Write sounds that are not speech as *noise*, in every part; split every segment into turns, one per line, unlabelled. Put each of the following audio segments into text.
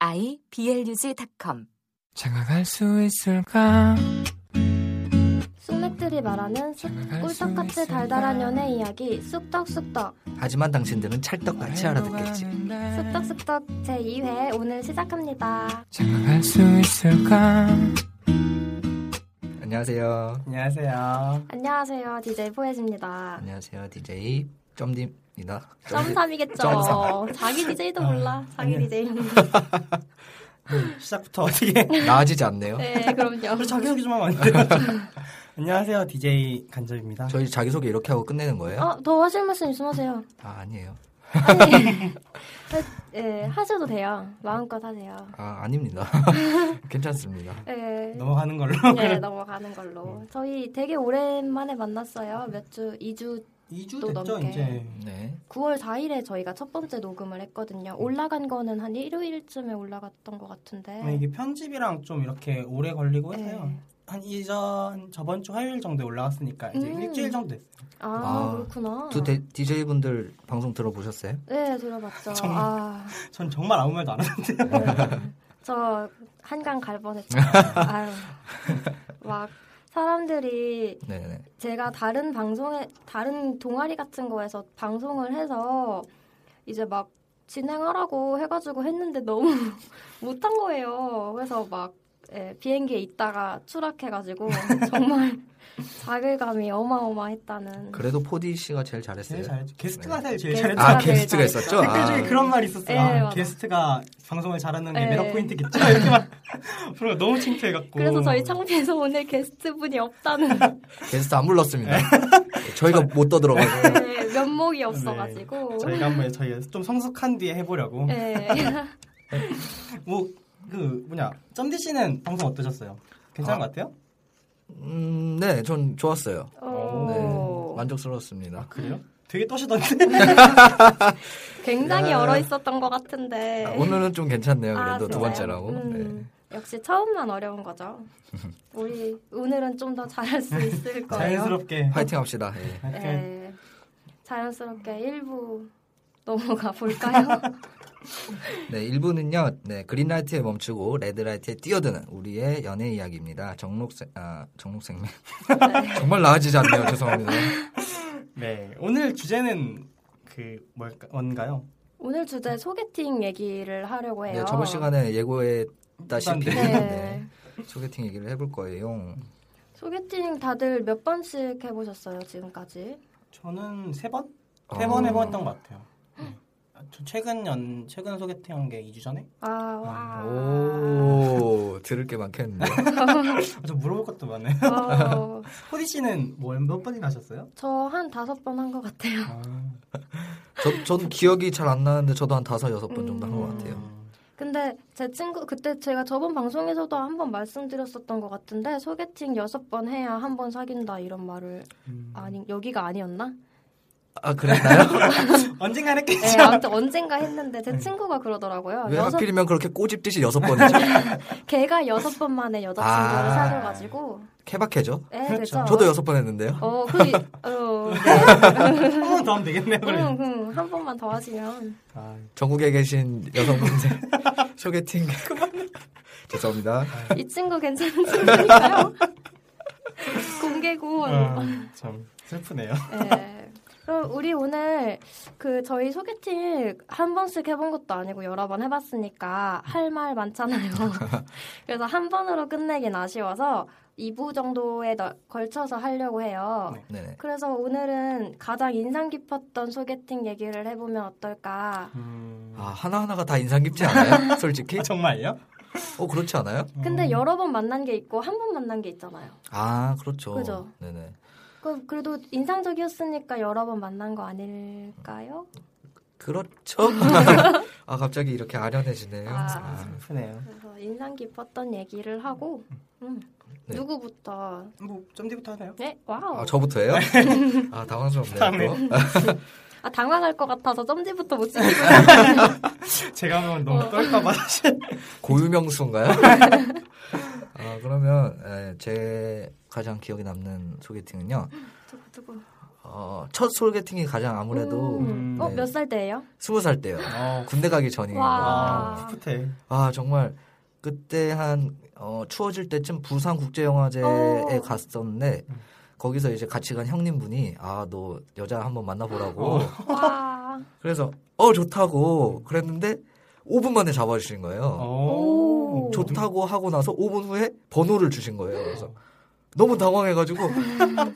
iblog.com
장가갈 수 있을까?
쑥맥들이 말하는 쑥- 꿀떡같이 달달한 연애 이야기 쑥떡쑥떡
하지만 당신들은 찰떡같이 알아듣겠지.
쑥떡쑥떡 제2회 오늘 시작합니다.
장가갈 수 있을까?
음. 안녕하세요.
안녕하세요.
안녕하세요. DJ 포엣입니다.
안녕하세요. DJ 점디입니다.
점삼이겠죠. 아, 자기 DJ도 몰라. 자기 DJ.
시작부터 어떻게?
나아지지 않네요.
*laughs* 네, 그럼요.
우리 자기소개 좀 하면 안 돼요? *laughs* 안녕하세요, DJ 간접입니다.
저희 자기소개 이렇게 하고 끝내는 거예요?
어, 더 하실 말씀 있으면 하세요.
아, 아니에요.
아니, 하- 예, 하셔도 돼요. 마음껏 하세요.
아, 아닙니다.
*laughs*
*laughs* 괜찮습니다.
예.
넘어가는
*laughs*
걸로.
네, 넘어가는 걸로. 저희 되게 오랜만에 만났어요. 몇 주, 2주,
2주
또
됐죠,
넘게.
이제.
네.
9월 4일에 저희가 첫 번째 녹음을 했거든요. 올라간 거는 한 일요일쯤에 올라갔던 것 같은데.
아니, 이게 편집이랑 좀 이렇게 오래 걸리고 해서요.
네.
한 이전 저번 주 화요일 정도에 올라왔으니까 이제
음.
일주일 정도 됐어요.
아,
아,
그렇구나.
두 데, DJ분들 방송 들어보셨어요?
네, 들어봤죠.
정말.
아,
전 정말 아무 말도 안 하는데.
네. 저 한강 갈 뻔했죠. 아유, 막 사람들이
네네.
제가 다른 방송에 다른 동아리 같은 거에서 방송을 해서 이제 막 진행하라고 해가지고 했는데 너무 *laughs* 못한 거예요. 그래서 막 예, 비행기에 있다가 추락해가지고 *laughs* 정말 자괴감이 어마어마했다는.
그래도 포디 씨가 제일 잘했어요.
제일 잘했죠. 게스트가
네.
제일 제일
게스트가
잘했죠.
아,
제일
게스트가
잘했죠.
있었죠?
댓글
아,
중에 그런 말이 있었어요.
예,
아,
맞아.
게스트가 방송을 잘하는 게
예.
매력 포인트겠죠. *laughs* 이렇게 막 그러고 너무 창피해갖고. 네.
그래서
음.
저희 창피해서 오늘 게스트 분이
*laughs*
없다는.
게스트 안 불렀습니다. *laughs* 저희가 못 떠들어가지고.
네, 면목이 없어가지고.
저희가 한번 저희 좀 성숙한 뒤에 해보려고.
네.
뭐 그 뭐냐 점디 씨는 방송 어떠셨어요? 괜찮은
아.
것 같아요?
음, 네, 전 좋았어요.
오.
네, 만족스러웠습니다.
그래요? 되게 떠시던데.
*laughs* 굉장히
야.
얼어 있었던 것 같은데.
아, 오늘은 좀 괜찮네요.
네. 아,
그래도 두
진짜요?
번째라고. 네.
음, 역시 처음만 어려운 거죠. 우리 오늘은 좀 더 잘할 수 있을 거예요.
자연스럽게.
파이팅 합시다. 예.
하여튼
네. 자연스럽게 1부 넘어가
*laughs*
볼까요?
네, 1부는요, 네, 그린라이트에 멈추고 레드라이트에 뛰어드는 우리의 연애 이야기입니다. 정록생, 아, 정록생명.
네.
*laughs* 정말 나아지지 않네요. 죄송합니다.
네 오늘 주제는 그 뭘까 뭔가요?
오늘 주제 소개팅 얘기를 하려고 해요.
네, 저번 시간에 예고했다시피
네.
네.
네, 소개팅 얘기를 해볼 거예요.
소개팅 다들 몇 번씩 해보셨어요 지금까지?
저는 세 번?
어.
세 번 해봤던 것 같아요. 네. 아, 저 최근 연 최근 소개팅한 게 2주 전에?
아 와.
오, 들을 게 많겠는데.
아, 저 물어볼 것도 많아요. *laughs*
어,
호디 씨는 뭐몇 번이나 하셨어요?
저한 다섯 번 한 것 같아요.
저, 전 기억이 잘 안 나는데 저도 한 다섯, 여섯 번 정도 한 것 같아요.
음,
근데 제 친구 그때 제가 저번 방송에서도 한 번 말씀드렸었던 것 같은데 소개팅 여섯 번 해야 한 번 사귄다 이런 말을
음.
아니 여기가 아니었나?
아,
어,
그랬나요?
언젠가 했겠죠.
네, 아무튼 언젠가 했는데 제 친구가 그러더라고요.
네. 왜
여섯
하필이면 그렇게 꼬집듯이
*laughs*
여섯 번이죠?
걔가 여섯 번 만에 여자친구를
아.
사귀어가지고
케바케죠?
네, 그렇죠.
저도 여섯 번 했는데요.
어, 그, 어, 네.
한 번 더 하면 되겠네요. 그래.
응, 응, 한 번만 더 하시면.
아,
전국에 계신 여성분들 *laughs* 소개팅 죄송합니다.
이 친구 괜찮은
*laughs*
친구니까요. 공개고.
어.
아, 참 슬프네요.
네. 그럼 우리 오늘 그 저희 소개팅 한 번씩 해본 것도 아니고 여러 번 해봤으니까 할 말 많잖아요. 그래서 한 번으로 끝내긴 아쉬워서 2부 정도에 너- 걸쳐서 하려고 해요.
네.
네네.
그래서 오늘은 가장 인상 깊었던 소개팅 얘기를 해보면 어떨까.
음.
아 하나 하나가 다 인상 깊지 않아요? 솔직히?
아, 정말요?
어 그렇지 않아요?
근데 여러 번 만난 게 있고 한 번 만난 게 있잖아요.
아 그렇죠.
그죠.
네네.
그- 그래도 인상적이었으니까 여러 번 만난 거 아닐까요?
그렇죠. *laughs* 아 갑자기 이렇게 아련해지네요.
아.
아,
슬프네요.
그래서 인상 깊었던 얘기를 하고 음,
네.
누구부터
뭐 점디부터 하나요?
네 와우
아, 저부터예요? 아 당황스럽네요.
다음에.
또.
아, 당황할 것 같아서 점지부터 못 찍고
*laughs*
제가 하면
어.
너무 떨까봐 사실.
*laughs* 고유명수인가요? *laughs* 아 그러면 에, 제 가장 기억에 남는 소개팅은요.
두고 두고
어, 첫 소개팅이 가장 아무래도
음,
네.
어몇 살
*laughs*
때예요?
스무 살 때요.
어,
군대 가기 전이에요.
와.
아, 풋풋해.
아 정말 그때 한 어, 추워질 때쯤 부산 국제영화제에
어.
갔었는데 거기서 이제 같이 간 형님분이 아 너 여자 한번 만나보라고
어.
와
그래서 어 좋다고 그랬는데 5분 만에 잡아주신 거예요.
어.
어. 오.
좋다고 하고 나서 5분 후에 번호를 주신 거예요. 그래서 너무 당황해가지고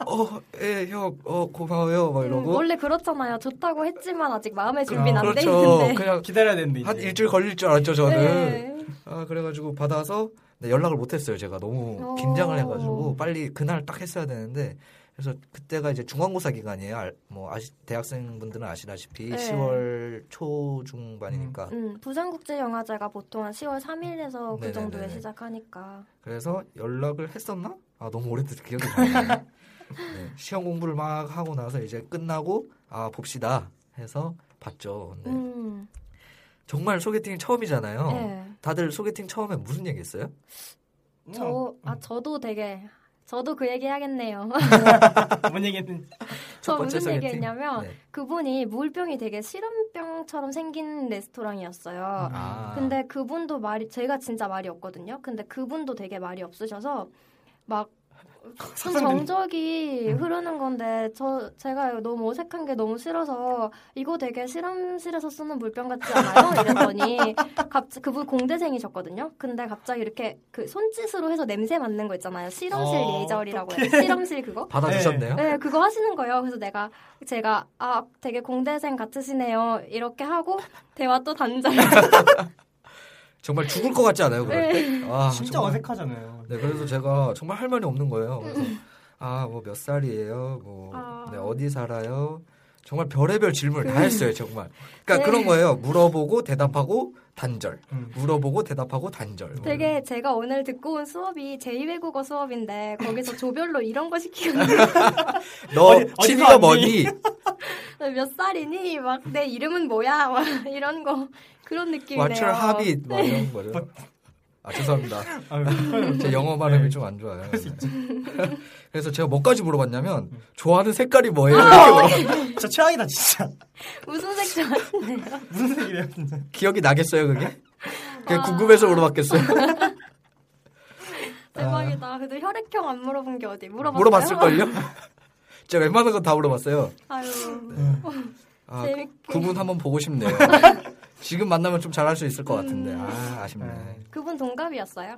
어, 어예형어 고마워요 막
음,
이러고
원래 그렇잖아요 좋다고 했지만 아직 마음의
그-
준비는 안 돼
그렇죠
있는데
그냥
기다려야 되는데. 이제.
한 일주일 걸릴 줄 알았죠 저는.
네.
아 그래가지고 받아서 네, 연락을 못했어요 제가
어.
너무 긴장을 해가지고 빨리 그날 딱 했어야 되는데 그래서 그때가 이제 중간고사 기간이에요 알- 뭐 아시, 대학생분들은 아시다시피
네.
10월 초 중반이니까
음, 부산국제영화제가 보통 한 10월 3일에서 그
네네네네.
정도에 시작하니까
그래서 연락을 했었나? 아 너무 오래돼서 기억이 안 나네 네, 시험 공부를 막 하고 나서 이제 끝나고 아 봅시다 해서 봤죠 네. 어.
음,
정말 소개팅이 처음이잖아요
예.
다들 소개팅 처음에 무슨 얘기 했어요?
어,
저, 아, 저도 되게, 저도 그 얘기 하겠네요. *laughs*
뭔 얘기는
저
번째
무슨
소개팅?
얘기했냐면,
네.
그분이 무울병이 되게 실험병처럼 생긴 레스토랑이었어요.
아.
근데 그분도 말이, 제가 진짜 말이 없거든요. 근데 그분도 되게 말이 없으셔서, 막, 참 정적이 흐르는 건데 저 제가 너무 어색한 게 너무 싫어서 이거 되게 실험실에서 쓰는 물병 같지 않아요? 이랬더니 갑자 그분 공대생이셨거든요. 근데 갑자기 이렇게 그 손짓으로 해서 냄새 맡는 거 있잖아요. 실험실
어,
예절이라고 해요. 실험실 그거?
받아주셨네요?
네, 그거 하시는 거예요. 그래서 내가 제가 아 되게 공대생 같으시네요. 이렇게 하고 대화 또 단절.
정말 죽을 것 같지 않아요? 그럴 때?
네.
아,
진짜
정말.
어색하잖아요.
네, 그래서 제가 정말 할 말이 없는 거예요. 그래서 아, 뭐 몇 살이에요? 뭐
음. 아. 음.
네, 어디 살아요? 정말 별의별 질문을 다 했어요, 정말. 그러니까
네.
그런 거예요. 물어보고 대답하고 단절.
음.
물어보고 대답하고 단절. 뭐
되게 제가 오늘 듣고 온 수업이 제2외국어 수업인데
*laughs*
거기서 조별로 이런 거 시키고
너
어디- 어디서
취미가
왔니?
뭐니?
*laughs* 몇 살이니? 막 내 이름은 뭐야? *laughs* 막 이런 거 그런 느낌이네요.
What's your hobby? 뭐 이런 거죠. 아, 죄송합니다.
아유,
제 영어 발음이 좀 안 좋아요. 네. 그래서 제가 뭐까지 물어봤냐면
음.
좋아하는 색깔이
*laughs*
뭐예요?
진짜 최악이다 진짜. *laughs*
무슨 색깔?
*laughs* 아.
무슨 얘기래요
네.
진짜.
기억이 나겠어요, 그게?
*laughs*
그게
아.
궁금해서 물어봤겠어요?
대박이다. 그래도 혈액형 안 물어본 게 어디? 물어봤어요?
물어봤을걸요? *laughs* 제가 웬만한 건 다 물어봤어요.
*laughs* 아유.
아,
재밌게.
그분 한번
*laughs*
보고 싶네요. 지금 만나면 좀 잘할 수 있을 것
음.
같은데. 아, 아쉽네.
네.
그분 동갑이었어요?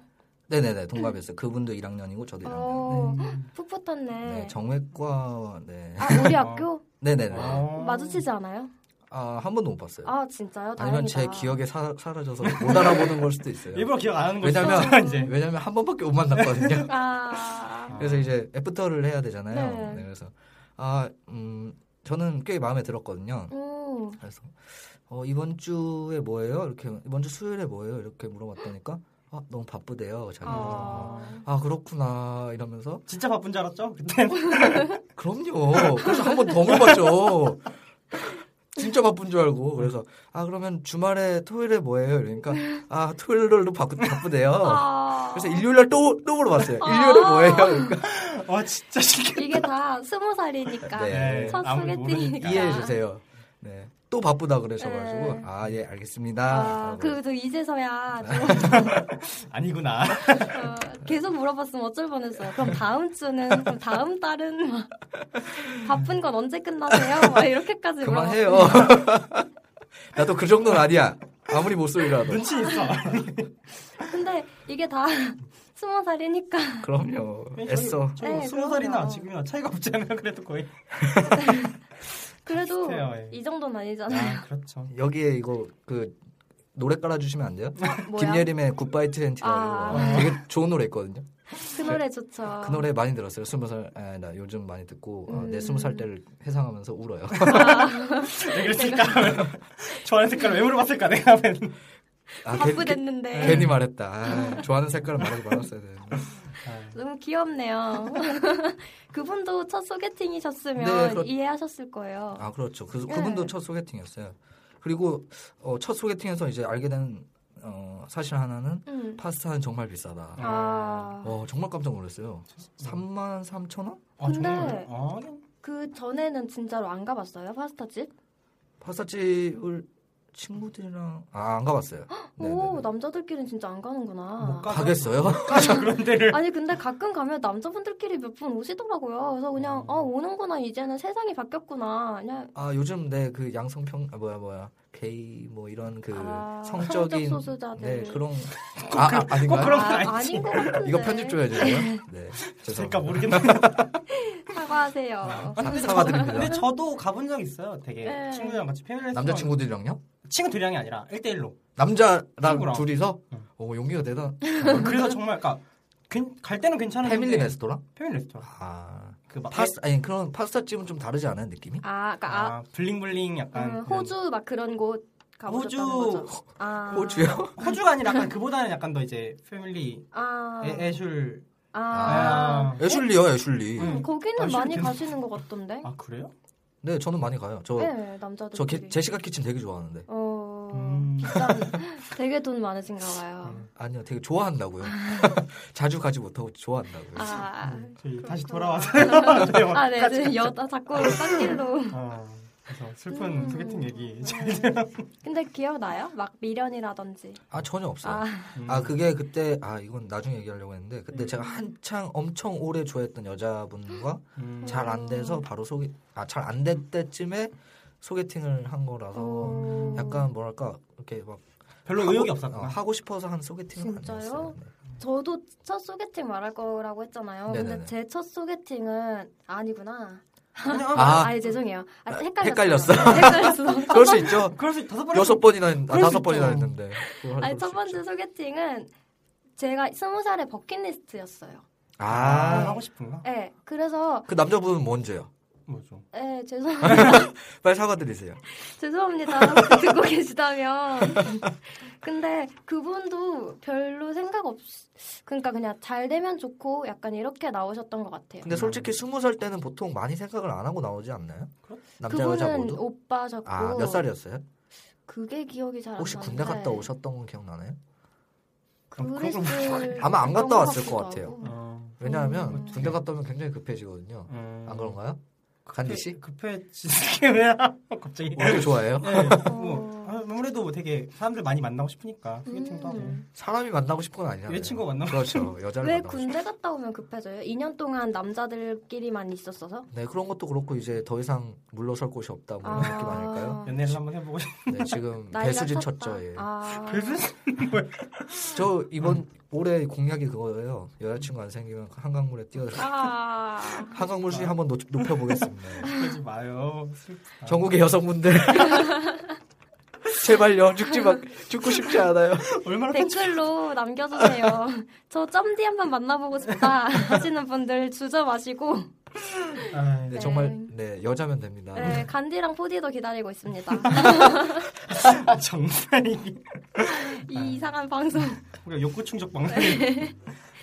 네네네, 동갑이었어요. 그분도 1학년이고 저도 1학년.
어,
네.
풋풋했네.
네, 정외과, 네.
아,
*laughs*
우리 학교?
네네네.
아.
마주치지 않아요?
아, 한 번도 못 봤어요.
아, 진짜요? 다행이다.
아니면 제 기억에 사, 사라져서 못 알아보는 걸 수도 있어요.
일부러 기억 안 하는 거죠.
왜냐면,
*laughs* 이제.
왜냐면 한 번밖에 못 만났거든요.
아,
그래서 이제 애프터를 해야 되잖아요.
네.
네, 그래서, 아, 음, 저는 꽤 마음에 들었거든요.
오,
그래서 어, 이번 주에 뭐예요? 이렇게 이번 주 수요일에 뭐예요? 이렇게 물어봤다니까 아, 너무 바쁘대요. 자기 아.
아,
아 그렇구나 이러면서
진짜 바쁜 줄 알았죠? 그때
그럼요. 그래서 한 번 더 물어봤죠. 진짜 바쁜 줄 알고 그래서 아 그러면 주말에 토요일에 뭐예요? 이러니까 아 토요일로 바, 바쁘대요.
아.
어. 그래서 일요일날 또또 물어봤어요. 일요일에 뭐예요? 그러니까
와 어, 진짜 신기해.
이게 다 스무 살이니까
네.
첫
아무리
소개팅이니까
모르니까.
이해해 주세요. 네. 또 바쁘다 그러셔가지고
네.
아 예 알겠습니다.
아,
하고.
그래도 이제서야 좀
아니구나.
어, 계속 물어봤으면 어쩔 뻔했어요. 그럼 다음 주는 그럼 다음 달은 막 바쁜 건 언제 끝나세요? 막 이렇게까지 물어봤어요.
그만해요. *laughs* 나도 그 정도는 아니야. 아무리 못소리라도.
눈치
*laughs*
있어.
근데 이게 다 스무 살이니까
그럼요. 애써.
저희
네,
스무 살이나
그럼요.
지금이나 차이가 없잖아요. 그래도 거의.
그래도
비슷해요, 예.
이 정도는 *laughs* 아니잖아요.
아 그렇죠.
여기에 이거 그 노래 깔아주시면 안 돼요?
뭐야?
김예림의 굿바이 트렌티라고
아.
되게 좋은 노래 있거든요.
그 노래 좋죠.
그 노래 많이 들었어요. 스무 살, 아, 나 요즘 많이 듣고 아,
음.
내 스무 살 때를
*laughs*
회상하면서 울어요.
네.
왜 그랬을까? *laughs* 좋아하는 색깔 왜 물어봤을까? 내가 하면
아, 괜- 괜-
바쁘댔는데
괜히 말했다. 아, 좋아하는 색깔을 말하지 말았어야 되는데.
너무 귀엽네요. *laughs* 그분도 첫 소개팅이셨으면
네, 그렇-
이해하셨을 거예요.
아 그렇죠. 그,
네.
그분도 첫 소개팅이었어요. 그리고 어, 첫 소개팅에서 이제 알게 된 어, 사실 하나는
음.
파스타는 정말 비싸다.
아.
어, 정말 깜짝 놀랐어요. 3만 3천 원?
아,
근데-
정말? 아, 네.
그 전에는 진짜로 안 가봤어요 파스타 집.
파스타집을 친구들이랑 아 안 가봤어요.
오
네네네.
남자들끼리는 진짜 안 가는구나.
못 가-
가겠어요? *laughs*
그런 데를
아니 근데 가끔 가면 남자분들끼리 몇 분 오시더라고요. 그래서 그냥 어 오는구나 이제는 세상이 바뀌었구나. 그냥
아 요즘 내 그 양성평 아, 뭐야 뭐야 게이 뭐 이런 그
아,
성적인
성적 소수자들.
네 그런 아, 아 아닌가?
그런 건
아,
아니지.
아닌 것 같은데.
이거 편집 좀 해주세요.
*laughs*
네
그러니까
죄송합니다. 아,
모르겠는데. 아.
사과하세요.
사- 사과드립니다.
근데 저도 가본 적 있어요. 되게
네.
친구랑 같이 패밀리 레스토랑.
남자 친구들이랑요?
친구 둘이랑이 아니라 1대1로.
남자랑
친구랑.
둘이서
응.
오 용기가 대단.
그래서 정말 그러니까 괜- 갈 때는 괜찮은데
패밀리 레스토랑?
패밀리 레스토랑.
아
그막
파스 아니 그런 파스타 집은 좀 다르지 않아요 느낌이?
아, 그러니까 아,
아, 네. 블링블링 약간
음, 호주 막 그런 곳 가보셨다는
호주.
거죠? 아,
호주요?
호주가 아니라 약간 그보다는 약간 더 이제 패밀리
아,
애, 애슐
아,
예, 아.
애슐리요 애슐리.
응.
음, 거기는
관심이
많이
되나?
가시는 것 같던데.
아 그래요?
네 저는 많이 가요. 저저
네, 남자들.
게- 제시카 키친 되게 좋아하는데.
어,
음.
비싼. 되게 돈 많으신가 봐요.
아니요 되게 좋아한다고요. *laughs* 자주 가지 못하고 좋아한다고요.
아,
저희 다시
그렇구나.
돌아와서 *laughs*
아, 네, 네, 여자 자꾸 딴길로.
어, 그래서 슬픈
음.
소개팅 얘기 *laughs*
근데 기억나요? 막 미련이라든지.
아 전혀 없어요.
아,
음.
아 그게 그때 아 이건 나중에 얘기하려고 했는데 그때 제가 한창 엄청 오래 좋아했던 여자분과
음.
잘 안 돼서 바로 소개 아 잘 안 될 때쯤에 소개팅을 한 거라서
오.
음. 약간 뭐랄까 이렇게 막
별로
하고-
의욕이
어,
없었구나
하고 싶어서 한 소개팅은
진짜요?
아니었어요. 네.
저도 첫 소개팅 말할 거라고 했잖아요.
네네네.
근데 제 첫 소개팅은 아니구나.
아.
아, 니 죄송해요. 아, 헷갈렸어요. 아,
헷갈렸어.
헷갈렸어.
네. *laughs* 그럴 수 있죠.
아, 그럴 수 있- 다섯 번
여섯 번이나 했- 아,
그럴 수
다섯 번이나
있죠.
했는데. 그걸
아니
그럴
첫
수
번째
있죠.
소개팅은 제가 스무 살의 버킷리스트였어요.
아,
아.
하고 싶은가?
네, 그래서
그 남자분은 뭔죄요?
뭐죠?
네, 죄송합니다.
빨리 사과드리세요.
죄송합니다. 혹시 듣고 *laughs* 계시다면. 근데 그분도 별로 생각 없, 그러니까 그냥 잘 되면 좋고 약간 이렇게 나오셨던 것 같아요.
음.
근데 솔직히 스무 살 때는 보통 많이 생각을 안 하고 나오지 않나요?
그렇-
남자 여자
그분은
모두?
오빠셨고.
아 몇 살이었어요?
그게 기억이 잘 안 나는데.
혹시 군대 갔다 오셨던 건 기억나나요?
음, 그럼
그랬을
그럼
음,
아마 안 갔다
것
왔을 것
같기도
같아요.
하고.
어,
왜냐하면
음.
군대 갔다 오면 굉장히 급해지거든요.
음.
안 그런가요? 간디씨?
급해 지게 왜야 갑자기
원래 좋아해요?
네,
어.
뭐 아, 아무래도 뭐 되게 사람들 많이 만나고 싶으니까 소개팅도
음.
사람이 만나고 싶은 건 아니잖아요.
여자친구 만나고
그렇죠. 여자를
왜
만나고 싶은.
군대 갔다 오면 급해져요? 2년 동안 남자들끼리만 있었어서?
네 그런 것도 그렇고 이제 더 이상 물러설 곳이 없다 뭐 이런
아.
느낌 아닐까요?
하고 연애를 한번 해보고 싶
*laughs*
네 지금
나이가
배수진
컸다.
쳤죠. 예.
아.
저 이번 올해 공약이 그거예요. 여자친구 안 생기면 한강물에 뛰어들어.
아.
한강물 수위 한번 높, 높여보겠습니다.
그러지 마요 슬프다
전국의 여성분들 *laughs* 제발요 죽지 마 죽고 싶지 않아요.
얼마나
댓글로 남겨주세요. *laughs* 저 점디 한번 만나보고 싶다 *laughs* 하시는 분들 주저 마시고
아,
네, 정말 네 여자면 됩니다.
네, 간디랑 포디도 기다리고 있습니다.
*laughs*
아, 정말 이게
이 이상한 방송.
뭔가 욕구 충족 방송.
네.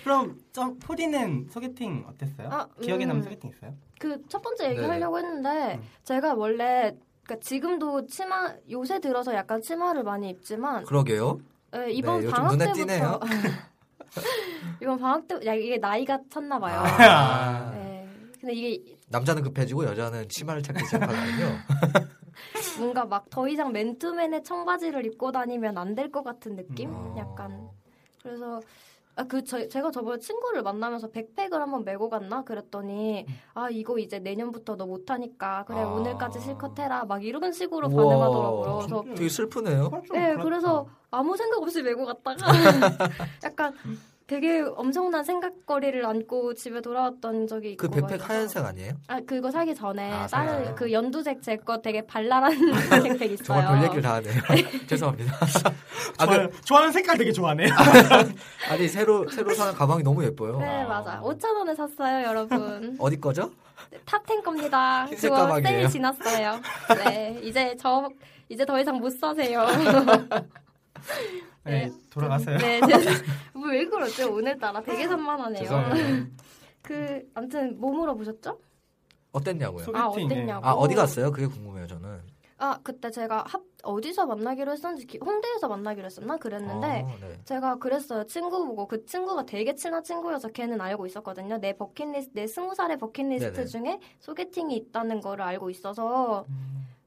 그럼 저 포디는 소개팅 어땠어요?
아, 음.
기억에 남는 소개팅 있어요?
그 첫 번째
네.
얘기하려고 했는데 제가 원래 그러니까 지금도 치마 요새 들어서 약간 치마를 많이 입지만
그러게요.
예, 이번
네, 요즘
방학
눈에
때부터
띄네요.
*laughs* 이번 방학 때 야, 이게 나이가 찼나 봐요.
아,
예. 근데 이게
남자는 급해지고 여자는 치마를 찾기 시작하거든요.
뭔가 막 더 이상 맨투맨의 청바지를 입고 다니면 안 될 것 같은 느낌?
어.
음, 약간 그래서 아, 그 저, 제가 저번에 친구를 만나면서 백팩을 한번 메고 갔나 그랬더니 아 이거 이제 내년부터 너 못하니까 그래
아.
오늘까지 실컷 해라 막 이런 식으로
우와.
반응하더라고요. 그래서
되게 슬프네요.
그건 좀
네
*laughs*
그렇다.
그래서 아무 생각 없이 메고 갔다가 약간 되게 엄청난 생각거리를 안고 집에 돌아왔던 적이
그
있고
백팩
그래서-
하얀색 아니에요?
아 그거 사기 전에
아, 사기
다른
전에.
그 연두색 제 거 되게 발랄한 *laughs* 백팩 있어요.
정말 별 얘기를 다 하네요. *laughs* 죄송합니다. 아, 그,
네.
좋아요. 좋아하는 색깔 되게 좋아하네.
아니 새로 새로 사는 가방이 너무 예뻐요.
네 맞아. 5천 원에 샀어요 여러분.
어디 거죠?
탑10 겁니다.
흰색
그거
가방이에요.
세일 지났어요. 네 이제 저 이제 더 이상 못
*laughs*
사세요.
네, 돌아가세요.
네, 죄송- 뭐왜 그러죠? 오늘따라 되게 산만하네요.
아, 죄송합니다.
그 아무튼 뭐 물어보셨죠?
어땠냐고요?
소개팅,
아
예.
어땠냐고.
아 어디 갔어요? 그게 궁금해요 저는.
아 그때 제가 합 어디서 만나기로 했었는지 기- 홍대에서 만나기로 했었나 그랬는데
어, 네.
제가 그랬어요 친구 보고 그 친구가 되게 친한 친구여서 걔는 알고 있었거든요 내 버킷리스트 내 스무 살의 버킷리스트
네네.
중에 소개팅이 있다는 거를 알고 있어서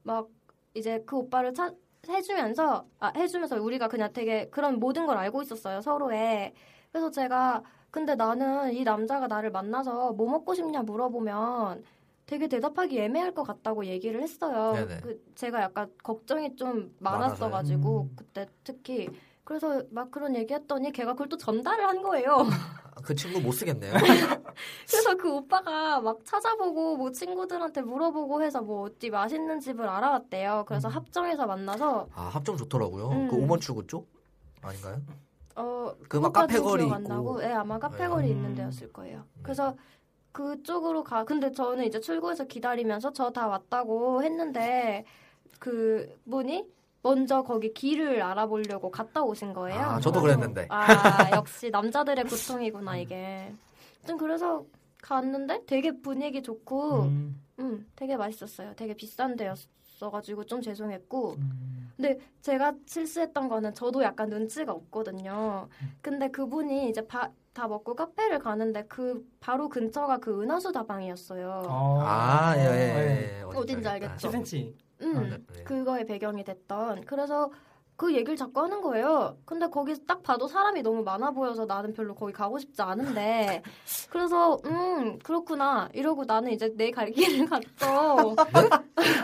막 이제 그 오빠를 찾 해주면서 아 해주면서 우리가 그냥 되게 그런 모든 걸 알고 있었어요 서로의 그래서 제가 근데 나는 이 남자가 나를 만나서 뭐 먹고 싶냐 물어보면 되게 대답하기 애매할 것 같다고 얘기를 했어요.
네네.
그 제가 약간 걱정이 좀
많아서요? 음.
많았어가지고 그때 특히 그래서 막 그런 얘기했더니 걔가 그걸 또 전달을 한 거예요. *laughs*
아, 그 친구 못 쓰겠네요.
음. 그래서 그 오빠가 막 찾아보고 뭐 친구들한테 물어보고 해서 뭐 어디 맛있는 집을 알아왔대요.
음.
그래서 합정에서 만나서
아 합정 좋더라고요.
음.
그 5번 출구 쪽 아닌가요?
어
그막
그것까지는
카페거리
기억 안 나고,
있고.
예 아마 카페거리
네.
있는 데였을 거예요. 그래서 그쪽으로 가. 근데 저는 이제 출구에서 기다리면서 저 다 왔다고 했는데 그 분이 먼저 거기 길을 알아보려고 갔다 오신 거예요.
아 저도
그래서
그랬는데. *laughs*
아, 역시 남자들의 고통이구나 이게. 좀 그래서 갔는데 되게 분위기 좋고, 음,
음,
되게 맛있었어요. 되게 비싼 데였어가지고 좀 죄송했고,
음.
근데 제가 실수했던 거는 저도 약간 눈치가 없거든요. 근데 그분이 이제 바- 다 먹고 카페를 가는데 그 바로 근처가 그 은하수 다방이었어요.
아 예.
네.
예, 예.
어딘지 알겠죠?
10cm.
음.
아, 네, 네.
그거의 배경이 됐던 그래서 그 얘기를 자꾸 하는 거예요. 근데 거기 딱 봐도 사람이 너무 많아 보여서 나는 별로 거기 가고 싶지 않은데 그래서 음 그렇구나 이러고 나는 이제 내 갈 길을 갔죠.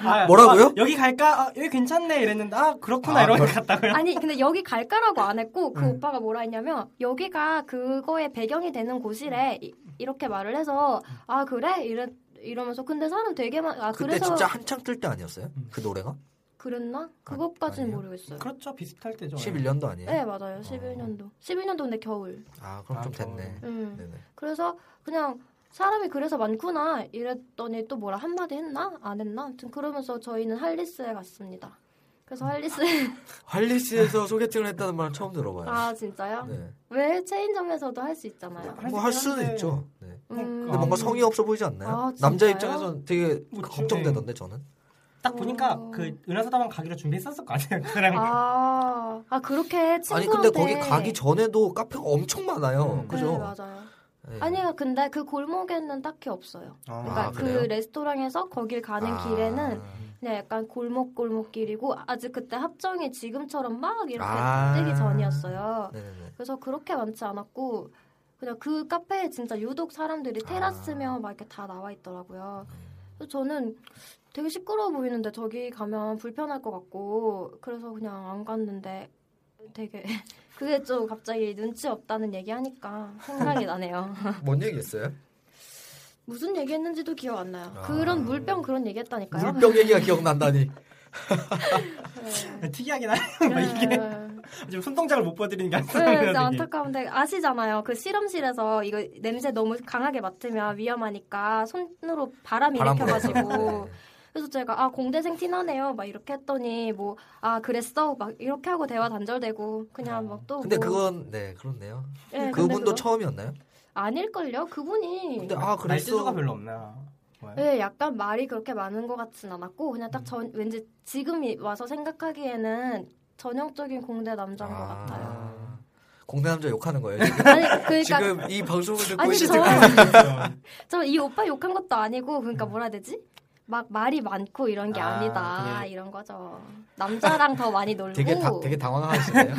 아,
뭐라고요?
아, 여기 갈까? 아, 여기 괜찮네 이랬는데 아 그렇구나
아,
이러고
별-
갔다고요.
아니 근데 여기 갈까라고 안 했고 그
네.
음.
오빠가 뭐라 했냐면 여기가 그거의 배경이 되는 곳이래 이, 렇게 말을 해서 아 그래 이래 이러면서 근데 사람 되게 많아
음. 그때
그래서
진짜 한창 뜰 때 아니었어요? 그 노래가?
그랬나 그것까지는
아니에요?
모르겠어요.
그렇죠 비슷할 때죠.
11년도 아니에요?
네 맞아요 11년도 11년도인데 겨울.
아 그럼
아,
좀
저-
됐네.
음.
네네.
그래서 그냥 사람이 그래서 많구나 이랬더니 또 뭐라 한마디 했나 안 했나 아무튼 그러면서 저희는 할리스에 갔습니다.
음.
그래서 할리스에
할리스에서 소개팅을 했다는 말은 처음 들어봐요.
*laughs* 아 진짜요?
네.
왜 체인점에서도 할 수 있잖아요.
할
뭐
수
할
있긴
수는
한데.
있죠. 네.
음,
근데 뭔가 성의 없어 보이지 않나요?
아,
남자
진짜요?
입장에선 되게
뭐,
걱정되던데 저는.
딱 보니까
어.
그 은하사다방 가기로 준비했었을 거 아니에요. 그냥
아, 아 그렇게 친구한테
아니 근데 거기 가기 전에도 카페가 엄청 많아요.
음.
네,
그죠?
맞아요.
네.
아니 근데 그 골목에는 딱히 없어요. 그러니까
아,
그
그래요?
레스토랑에서 거길 가는
아.
길에는 그냥 약간 골목 골목길이고 아직 그때 합정이 지금처럼 막 이렇게
아.
뜨기 전이었어요.
네네네.
그래서 그렇게 많지 않았고 그냥 그 카페에 진짜 유독 사람들이
아.
테라스며 막 이렇게 다 나와 있더라고요. 그래서 저는 되게 시끄러워 보이는데 저기 가면 불편할 것 같고 그래서 그냥 안 갔는데 되게 *laughs* 그게 좀 갑자기 눈치 없다는 얘기 하니까 생각이 나네요. *laughs*
뭔 얘기했어요?
무슨 얘기 했는지도 기억 안 나요.
아.
그런 물병 그런 얘기 했다니까요.
물병 얘기가
*laughs*
기억난다니.
네.
*laughs* 특이하긴 하네요. 뭐 이게 지금 손동작을 못 보여드리는 게
네,
안타까워요.
진짜 안타까운데 아시잖아요. 그 실험실에서 이거 냄새 너무 강하게 맡으면 위험하니까 손으로 바람
바람 불어서.
일으켜가지고
네.
그래서 제가 아 공대생 티나네요 막 이렇게 했더니 뭐 아 그랬어 막 이렇게 하고 대화 단절되고 그냥 막또
*laughs* 아,
뭐
근데 그건 네 그렇네요.
예, 근데
그분도
그거- 예.
처음이었나요?
아닐걸요 그분이
근데 아 그랬어.
말재주가 별로 없나. 봐요.
예, 약간 말이 그렇게 많은 것 같진 않았고 그냥 딱 전 왠지 지금 이- 와서 생각하기에는 전형적인 공대 남자인 것
아. *laughs*
같아요.
공대 남자 욕하는 거예요. 지금,
아니 *laughs* 그러니까
지금 이 방송을 듣고
아니
계시는
저
분.
*laughs* 저 이 오빠 욕한 것도 아니고 그러니까 뭐라 해야 되지? 막 말이 많고 이런 게
아,
아, 니다
그냥-
이런 거죠. 남자랑 더 많이 놀고
*laughs* 되게 다,
*laughs*
되게 당황하시네요.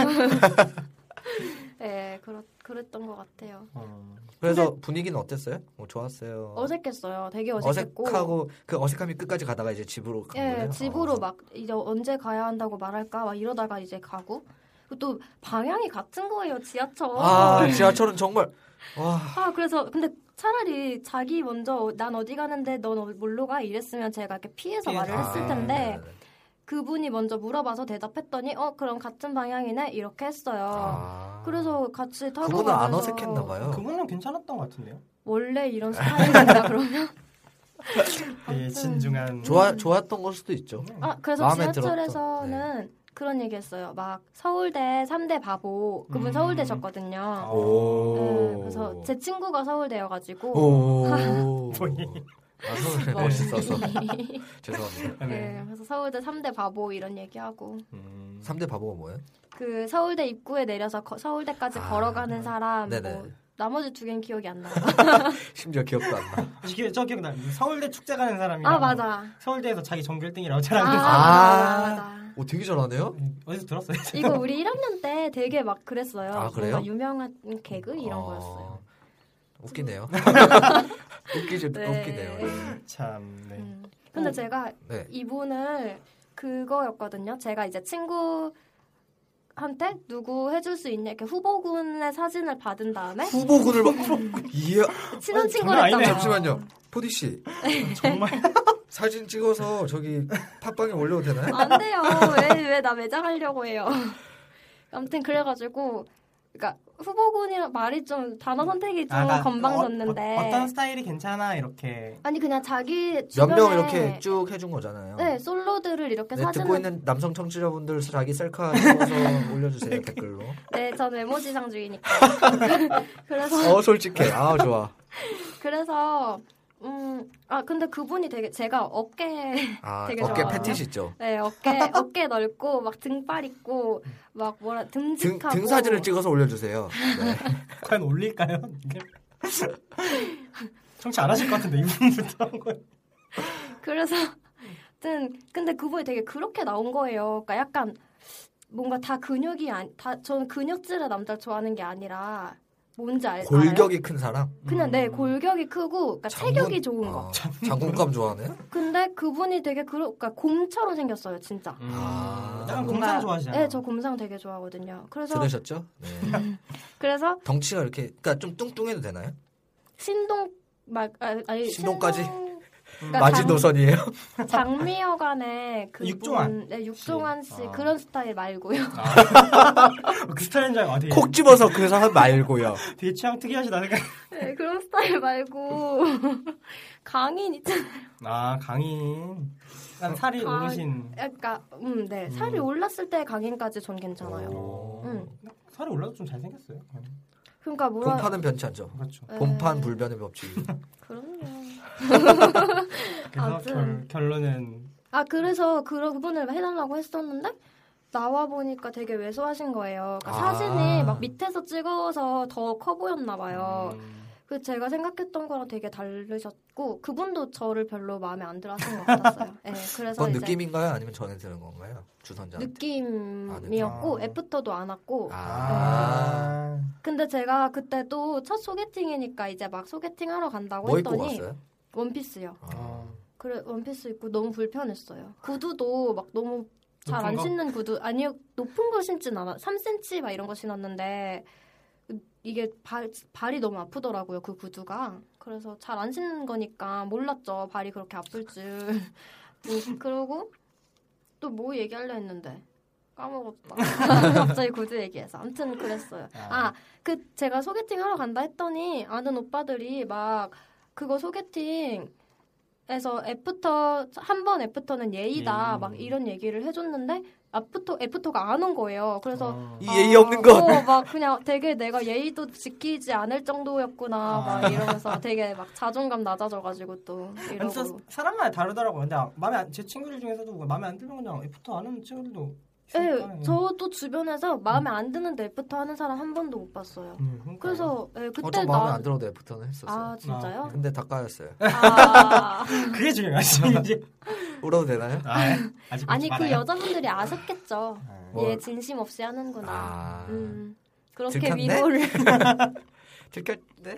예, 그렇 그랬던 것 같아요.
어.
그래서 분위기는 어땠어요? 뭐 좋았어요.
어색했어요. 되게 어색했고.
어색하고 그 어색함이 끝까지 가다가 이제 집으로 간
예,
거예요.
집으로
어.
막 이제 언제 가야 한다고 말할까 막 이러다가 이제 가고 그리고 또 방향이 같은 거예요 지하철.
아 지하철은 정말 와
아, 그래서 근데 차라리 자기 먼저 난 어디 가는데 넌 어- 뭘로 가 이랬으면 제가 이렇게 피해서 말을 했을
아,
텐데
네네.
그분이 먼저 물어봐서 대답했더니 어 그럼 같은 방향이네 이렇게 했어요.
아.
그래서 같이 타고
그분은 안
가면서
어색했나 봐요.
그분은 괜찮았던 것 같은데요.
원래 이런
*laughs*
스타일인가 그러면?
예,
아무튼. 네.
진중한
좋아 좋았던 걸 수도 있죠.
아 그래서
마음에 네.
지하철에서는 그런 얘기했어요. 막 서울대 3대 바보 그분
음.
서울대셨거든요. 네,
오.
그래서 제 친구가 *laughs* 서울대여가지고
오.
보이.
아, 서울대 멋있어서 죄송합니다.
네, 그래서 서울대 3대 바보 이런 얘기하고
3대 바보가 뭐예요?
그 서울대 입구에 내려서 거- 서울대까지
아,
걸어가는 사람
네네.
뭐 나머지 두 개는 기억이 안 나요.
심지어 기억도 안 나.
이게 저 기억나. 그 서울대 축제 가는
네.
사람이랑
아 맞아.
서울대에서 자기 전교 1등이라고
아,
자랑해서
맞아, 맞아.
오 되게 잘하네요.
어디서 들었어요? *laughs*
이거 우리 1학년 때 되게 막 그랬어요.
아, 그래요?
뭔가 유명한 개그 이런
어,
거였어요. *laughs*
웃기네요. 웃기죠.
네.
웃기네요. 네.
참. 네.
음. 근데 제가
네.
이분을 그거였거든요. 제가 이제 친구 한테 누구 해줄 수 있냐 이렇게 후보군의 사진을 받은 다음에 그
후보군을 막 이야.
친한
어,
친구를
장난 아니네.
했잖아요.
잠시만요. 포디 씨
정말
사진 찍어서 저기 팟빵에 올려도 되나요?
안 돼요. 왜 왜 나 매장하려고 해요. *laughs* 아무튼 그래가지고 그러니까 후보군이랑 말이 좀 단어 선택이 좀
아, 나
건방졌는데
어, 어, 어떤 스타일이 괜찮아 이렇게 *laughs*
아니 그냥 자기
몇
주변에
명 이렇게 쭉 해준 거잖아요.
네 솔로들을 이렇게
네,
사진을
듣고 있는 남성 청취자분들 자기
*laughs*
셀카 찍어서 올려주세요 댓글로.
네, 전
*laughs*
외모지상주의니까 그래서
어 솔직해. 아 좋아.
그래서 음 아 근데 그분이 되게 제가 어깨 *laughs*
아
되게
어깨
좋아요.
패티시죠.
네, 어깨
*laughs*
어깨 넓고 막 등발 있고 막 뭐라
등,
듬직하고
등 사진을 찍어서 올려주세요. 네.
과연 올릴까요? 이게? *laughs* 청취 안 하실 것 같은데 이분부터 한 거예요.
그래서 하여튼 근데 그분이 되게 그렇게 나온 거예요. 그러니까 약간 뭔가 다 근육이 아니 다 저는 근육질의 남자를 좋아하는 게 아니라 뭔지
*laughs*
알, 알아요?
골격이 큰 사람.
그냥 내 골격이 크고 그러니까
장군-
체격이 좋은 거.
아, 장군감 좋아하네.
근데 그분이 되게 그러, 그러니까 곰처럼 생겼어요, 진짜.
음.
아.
약간
뭔가-
공상 좋아하시잖아요.
네, 저 곰상 되게 좋아하거든요. 그래서
들으셨죠?
*laughs*
네.
그래서
덩치가 이렇게 그러니까 좀 뚱뚱해도 되나요?
신동 막 아, 아니
신동까지? 음.
신동- 그러니까
마지노선이에요.
장- 장미여관의 그
육종환.
네, 육종환 씨
씨. 아.
그런 스타일 말고요.
그 스타일인 줄 알고 아,
네.
되게,
콕 집어서 그 사람 말고요.
되게 취향 특이하시다 생각.
*laughs* 네, *laughs* 그런 스타일 말고 강인 있잖아요.
아 강인. 약간 살이
강-
오르신.
그러니까 음, 네. 살이 올랐을 때 강인까지 전 괜찮아요.
어.
음.
살이 올라도 좀 잘생겼어요. 음,
그러니까 뭐라
본판은 변치 않죠.
그렇죠.
네.
본판 불변의 법칙.
그럼요.
그래서
아무튼.
결, 결론은
아, 그래서 그런 부분을 해 달라고 했었는데 나와 보니까 되게 왜소하신 거예요. 그러니까
아.
사진이 막 밑에서 찍어서 더 커 보였나 봐요.
음,
그 제가 생각했던 거랑 되게 다르셨고 그분도 저를 별로 마음에 안 들어하신 것
*laughs*
같았어요. 네, 그래서
그건
이제
느낌인가요? 아니면 전해드는 건가요? 주선자한테. 아,
느낌이었고
느낌.
애프터도 안 왔고 네.
아.
근데 제가 그때 또 첫 소개팅이니까 이제 막 소개팅 하러 간다고
뭐 입고
했더니
갔어요?
원피스요.
아.
그래 원피스 입고 너무 불편했어요. 구두도 막 너무 잘 안
높은 거?
신는 구두 아니요 높은 걸 신진 않아 3cm 막 이런 거 신었는데 이게 발 발이 너무 아프더라고요 그 구두가 그래서 잘 안 신는 거니까 몰랐죠 발이 그렇게 아플 줄 *laughs* 음, 그러고 또 뭐 얘기하려 했는데 까먹었다 *laughs* 갑자기 구두 얘기해서 아무튼 그랬어요
아.
아 그 제가 소개팅 하러 간다 했더니 아는 오빠들이 막 그거 소개팅 에서 애프터 한 번 애프터는 예의다
음.
막 이런 얘기를 해줬는데 애프터 애프터가 안 온 거예요. 그래서
어.
아, 이 예의 없는 것.
어, 막 그냥 되게 내가 예의도 지키지 않을 정도였구나 막
아.
이러면서 되게 막 자존감 낮아져가지고 또
아니, 진짜
이러고.
사람마다 다르더라고요. 근데 아, 마음에 안, 제 친구들 중에서도 뭐 마음에 안 들면 그냥 애프터 안 하는 친구들도 있으니까. 음.
예, 저도 주변에서 마음에 안 드는데 애프터 하는 사람 한 번도 못 봤어요.
음, 그러니까요.
그래서 예,
어,
그때
좀 마음에
나.
안 들어도 애프터는 했었어요.
아 진짜요?
근데 다 까였어요.
아.
그게 중요하지 *laughs* 이제.
울어도 되나요?
예,
아, 아직
아니
그러지
그
말아요.
여자분들이 아셨겠죠.
뭘.
얘 진심 없이 하는구나.
뭐. 아.
음, 그렇게
*laughs* 들켰네?
위로를.
들켰네?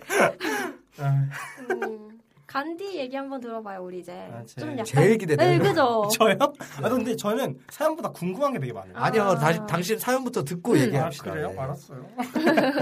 아,
음, 간디 얘기 한번 들어봐요 우리 이제
아, 제-
좀 약간
제일 기대돼요.
네
*laughs*
그죠
*laughs* 저요? 아 근데 저는 사연보다 궁금한 게 되게 많아요.
아. 음.
아니요, 다시 당신 사연부터 듣고
아,
얘기합시다.
그래요?
네.
알았어요.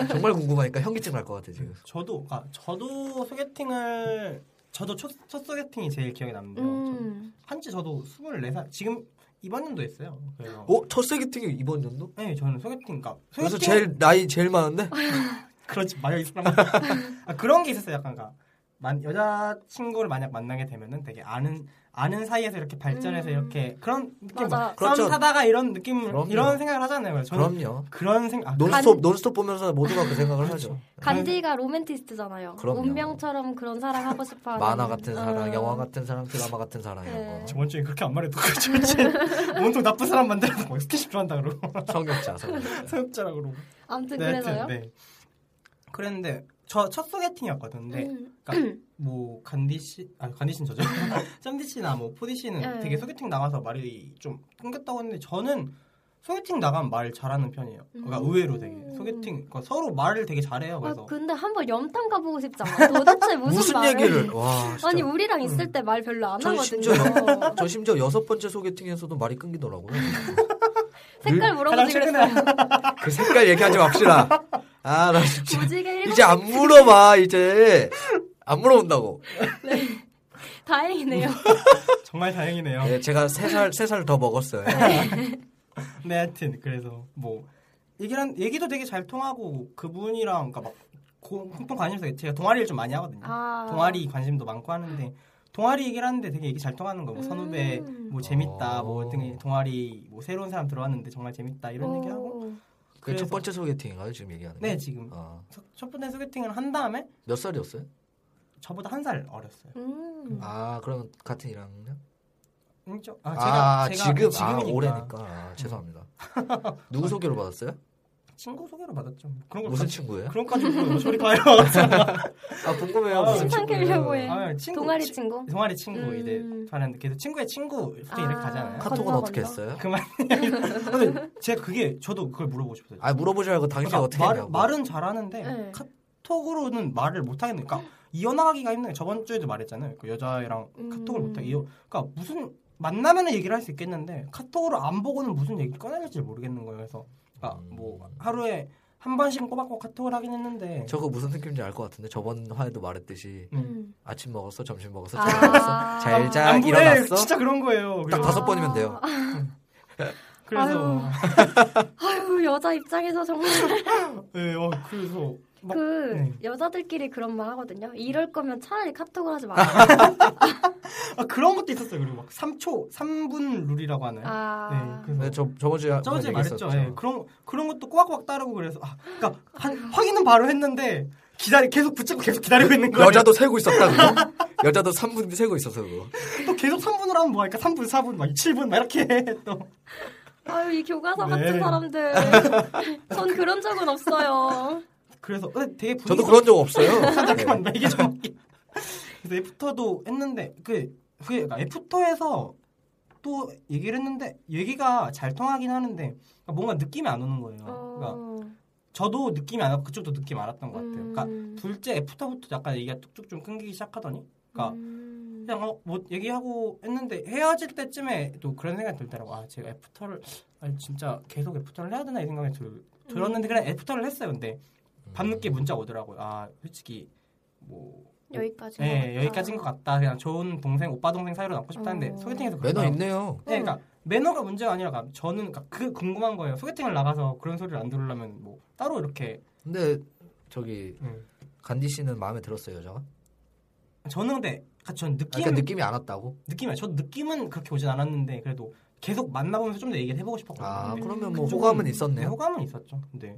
정말 궁금하니까 현기증 날 것 같아 지금.
*laughs* 저도 아 저도 소개팅을 저도 첫, 첫 소개팅이 제일 기억에 남는데요.
음
한지 저도 24살 지금 이번 년도 했어요. 그래서
어, 첫 소개팅이 이번 연도?
네, 저는 소개팅 그러니까
그래서
소개팅
제일 나이 제일 많은데?
아,
그렇지 마요 이 사람.
*laughs*
아, 그런 게 있었어요. 약간 그러니까 만 여자 친구를 만약 만나게 되면은 되게 아는 아는 사이에서 이렇게 발전해서
음.
이렇게 그런
맞아.
느낌 막 싸움
그렇죠.
사다가 이런 느낌
그럼요.
이런 생각을 하잖아요. 저는
그럼요.
그런 생각 아,
논스톱 논스톱 보면서 모두가 그
아,
생각을 하죠.
그렇죠. 간디가 로맨티스트잖아요
그럼요.
운명처럼 그런 사랑 하고 싶어하는
아, 만화 같은 사랑,
음.
영화 같은 사랑, 드라마 같은 사랑 이런
네.
저번 주에 그렇게 안 말해도
*laughs*
그렇지. 온통 나쁜 사람 만들어서 막 스킨십 좋아한다 그러고 *laughs*
거.
*laughs*
성격자 성격자.
사육자라 그러고.
아무튼
네, 하여튼,
그래서요
네. 그랬는데 저 첫 소개팅이었거든. 근데
음, *clears throat*
그러니까 뭐 간디 씨, 아 간디 씨는 저죠. *laughs* 짬디 씨나 뭐 포디 씨는
네.
되게 소개팅 나가서 말이 좀 끊겼다고 했는데 저는 소개팅 나가면 말 잘하는 편이에요. 그러니까
음.
의외로 되게 소개팅 그러니까 서로 말을 되게 잘해요.
아,
그래서
근데 한번 염탐 가보고 싶잖아 도대체 무슨,
무슨
말을
얘기를? 와. 진짜.
아니 우리랑 있을 때 말 별로 안
저는
하거든요 아,
심지어 저 심지어 여섯 번째 소개팅에서도 말이 끊기더라고요.
*laughs*
음.
색깔
가장
물어보지
최근에
그랬어요
그 색깔 얘기하지 맙시다. 아, 나 진짜 *laughs*
무지개 일곱
이제 안 물어봐 이제 안 물어본다고.
다행이네요
*laughs* 정말 다행이네요.
네, 제가 세 살 세 살 더 먹었어요. 그
네, 하여튼 그래서 뭐 얘기란 얘기도 되게 잘 통하고 그분이랑 그러니까 막 고- 공통 관심사 제가 동아리를 좀 많이 하거든요.
아.
뭐, 동아리 관심도 많고 하는데 동아리 얘기를 하는데 되게 얘기 잘 통하는 거뭐 선후배
음.
뭐 재밌다
어.
뭐 등의 동아리 뭐 새로운 사람 들어왔는데 정말 재밌다 이런 얘기하고
오.
그
그래서-
첫 번째 소개팅인가요 지금 얘기하는? 거?
네 지금
아,
첫- 첫 번째 소개팅을 한 다음에
몇 살이었어요?
저보다 한 살 어렸어요.
음.
아, 그러면 같은 1학년?
인정? 아 제가 제가
지금 아
지금이니까
올해니까 아, 죄송합니다. 누구 소개로 받았어요?
친구 소개로 받았죠. 뭐 그런 걸
무슨
가-
친구예요?
그런까지
*laughs*
물어요. 소리 봐요.
아 궁금해요.
아,
무슨
칭찬
친구예요?
깨려고 해.
아, 친구,
동아리
친-
친구
동아리 친구
음.
이제 저는 계속 친구의 친구 이렇게
아.
이렇게 가잖아요.
카-
카톡은
건너,
어떻게
건너.
했어요?
그만. 근데 제가 그게 저도 그걸 물어보고 싶어요.
아 물어보지 말고 당신 이
그러니까
어떻게
말-
했냐고.
말은 잘하는데
네.
카톡으로는 말을 못 하겠는. 그러니까 이어나가기가 힘든 게 저번 주에도 말했잖아요. 그 여자애랑
음.
카톡을 못 하게. 이어- 그러니까 무슨 만나면은 얘기를 할 수 있겠는데 카톡으로 안 보고는 무슨 얘기 꺼낼지 모르겠는 거예요. 그래서 그러니까
음.
뭐 하루에 한 번씩 꼬박꼬박 카톡을 하긴 했는데
저거 무슨 느낌인지 알 것 같은데 저번 화에도 말했듯이
음.
아침 먹었어, 점심 먹었어,
아.
저녁 먹었어, 잘자
안 보내.
일어났어.
진짜 그런 거예요.
딱
그래서,
다섯 번이면 돼요.
아.
그래서
아유 여자 입장에서 정말
네, 어, 그래서 막
그
네.
여자들끼리 그런 말 하거든요. 이럴 거면 차라리 카톡을 하지 마라.
아, 그런 것도 있었어요. 그리고 막 3초, 3분 룰이라고 하나요?
아.
*laughs* 네, 그래서
네, 저 저번 주에 한번
저번에 말했죠.
얘기했었죠.
예, 그런 그런 것도 꼬박꼬박 따르고 그래서 아, 그러니까 한- 확인은 바로 했는데 기다리 계속 붙잡고 계속 기다리고 있는 거예요.
여자도 세고 있었다 그거. *laughs* 여자도 3분 세고 있었어 그거.
또 계속 3분으로 하면 뭐하니까 3분, 4분, 막 7분 막 이렇게 *laughs* 또
아유 이 교과서
네.
같은
*laughs*
사람들. 전 그런 적은 없어요.
그래서 근데 되게 분위기
저도 그런 적 없어요. 네.
잠깐만 나 이게 좀 그래서 애프터도 했는데 그 그게 그러니까 애프터에서 또 얘기를 했는데 얘기가 잘 통하긴 하는데 그러니까 뭔가 느낌이 안 오는 거예요. 그러니까
어.
저도 느낌이 안 왔고 그쪽도 느낌 안 왔던 것 같아요. 그러니까
음.
둘째 애프터부터 약간 얘기가 뚝뚝 좀 끊기기 시작하더니 그러니까
음.
그냥 어, 뭐 얘기하고 했는데 헤어질 때쯤에 또 그런 생각이 들더라고. 아 제가 애프터를 아니, 진짜 계속 애프터를 해야 되나 이 생각이 들, 들었는데 그냥 애프터를 했어요. 근데
음.
밤늦게 문자 오더라고요. 아 솔직히 뭐
여기까지.
네, 여기까지인 것 같다. 그냥 좋은 동생 오빠 동생 사이로 남고 싶다는데
어.
소개팅에서
매너
그런다.
있네요.
네, 그러니까 매너가 문제가 아니라 그러니까 저는 그러니까 그게 궁금한 거예요. 소개팅을 나가서 그런 소리를 안 들으려면 뭐 따로 이렇게
근데 저기
음.
간디 씨는 마음에 들었어요 여자가? 아,
저는 근데 전 느낌
그러니까 느낌이 안 왔다고?
느낌이야. 저 느낌은 그렇게 오진 않았는데 그래도 계속 만나보면서 좀 더 얘기를 해보고 싶었거든요.
아
근데
그러면 뭐
그쪽은-
호감은
네,
있었네요.
호감은 있었죠. 근데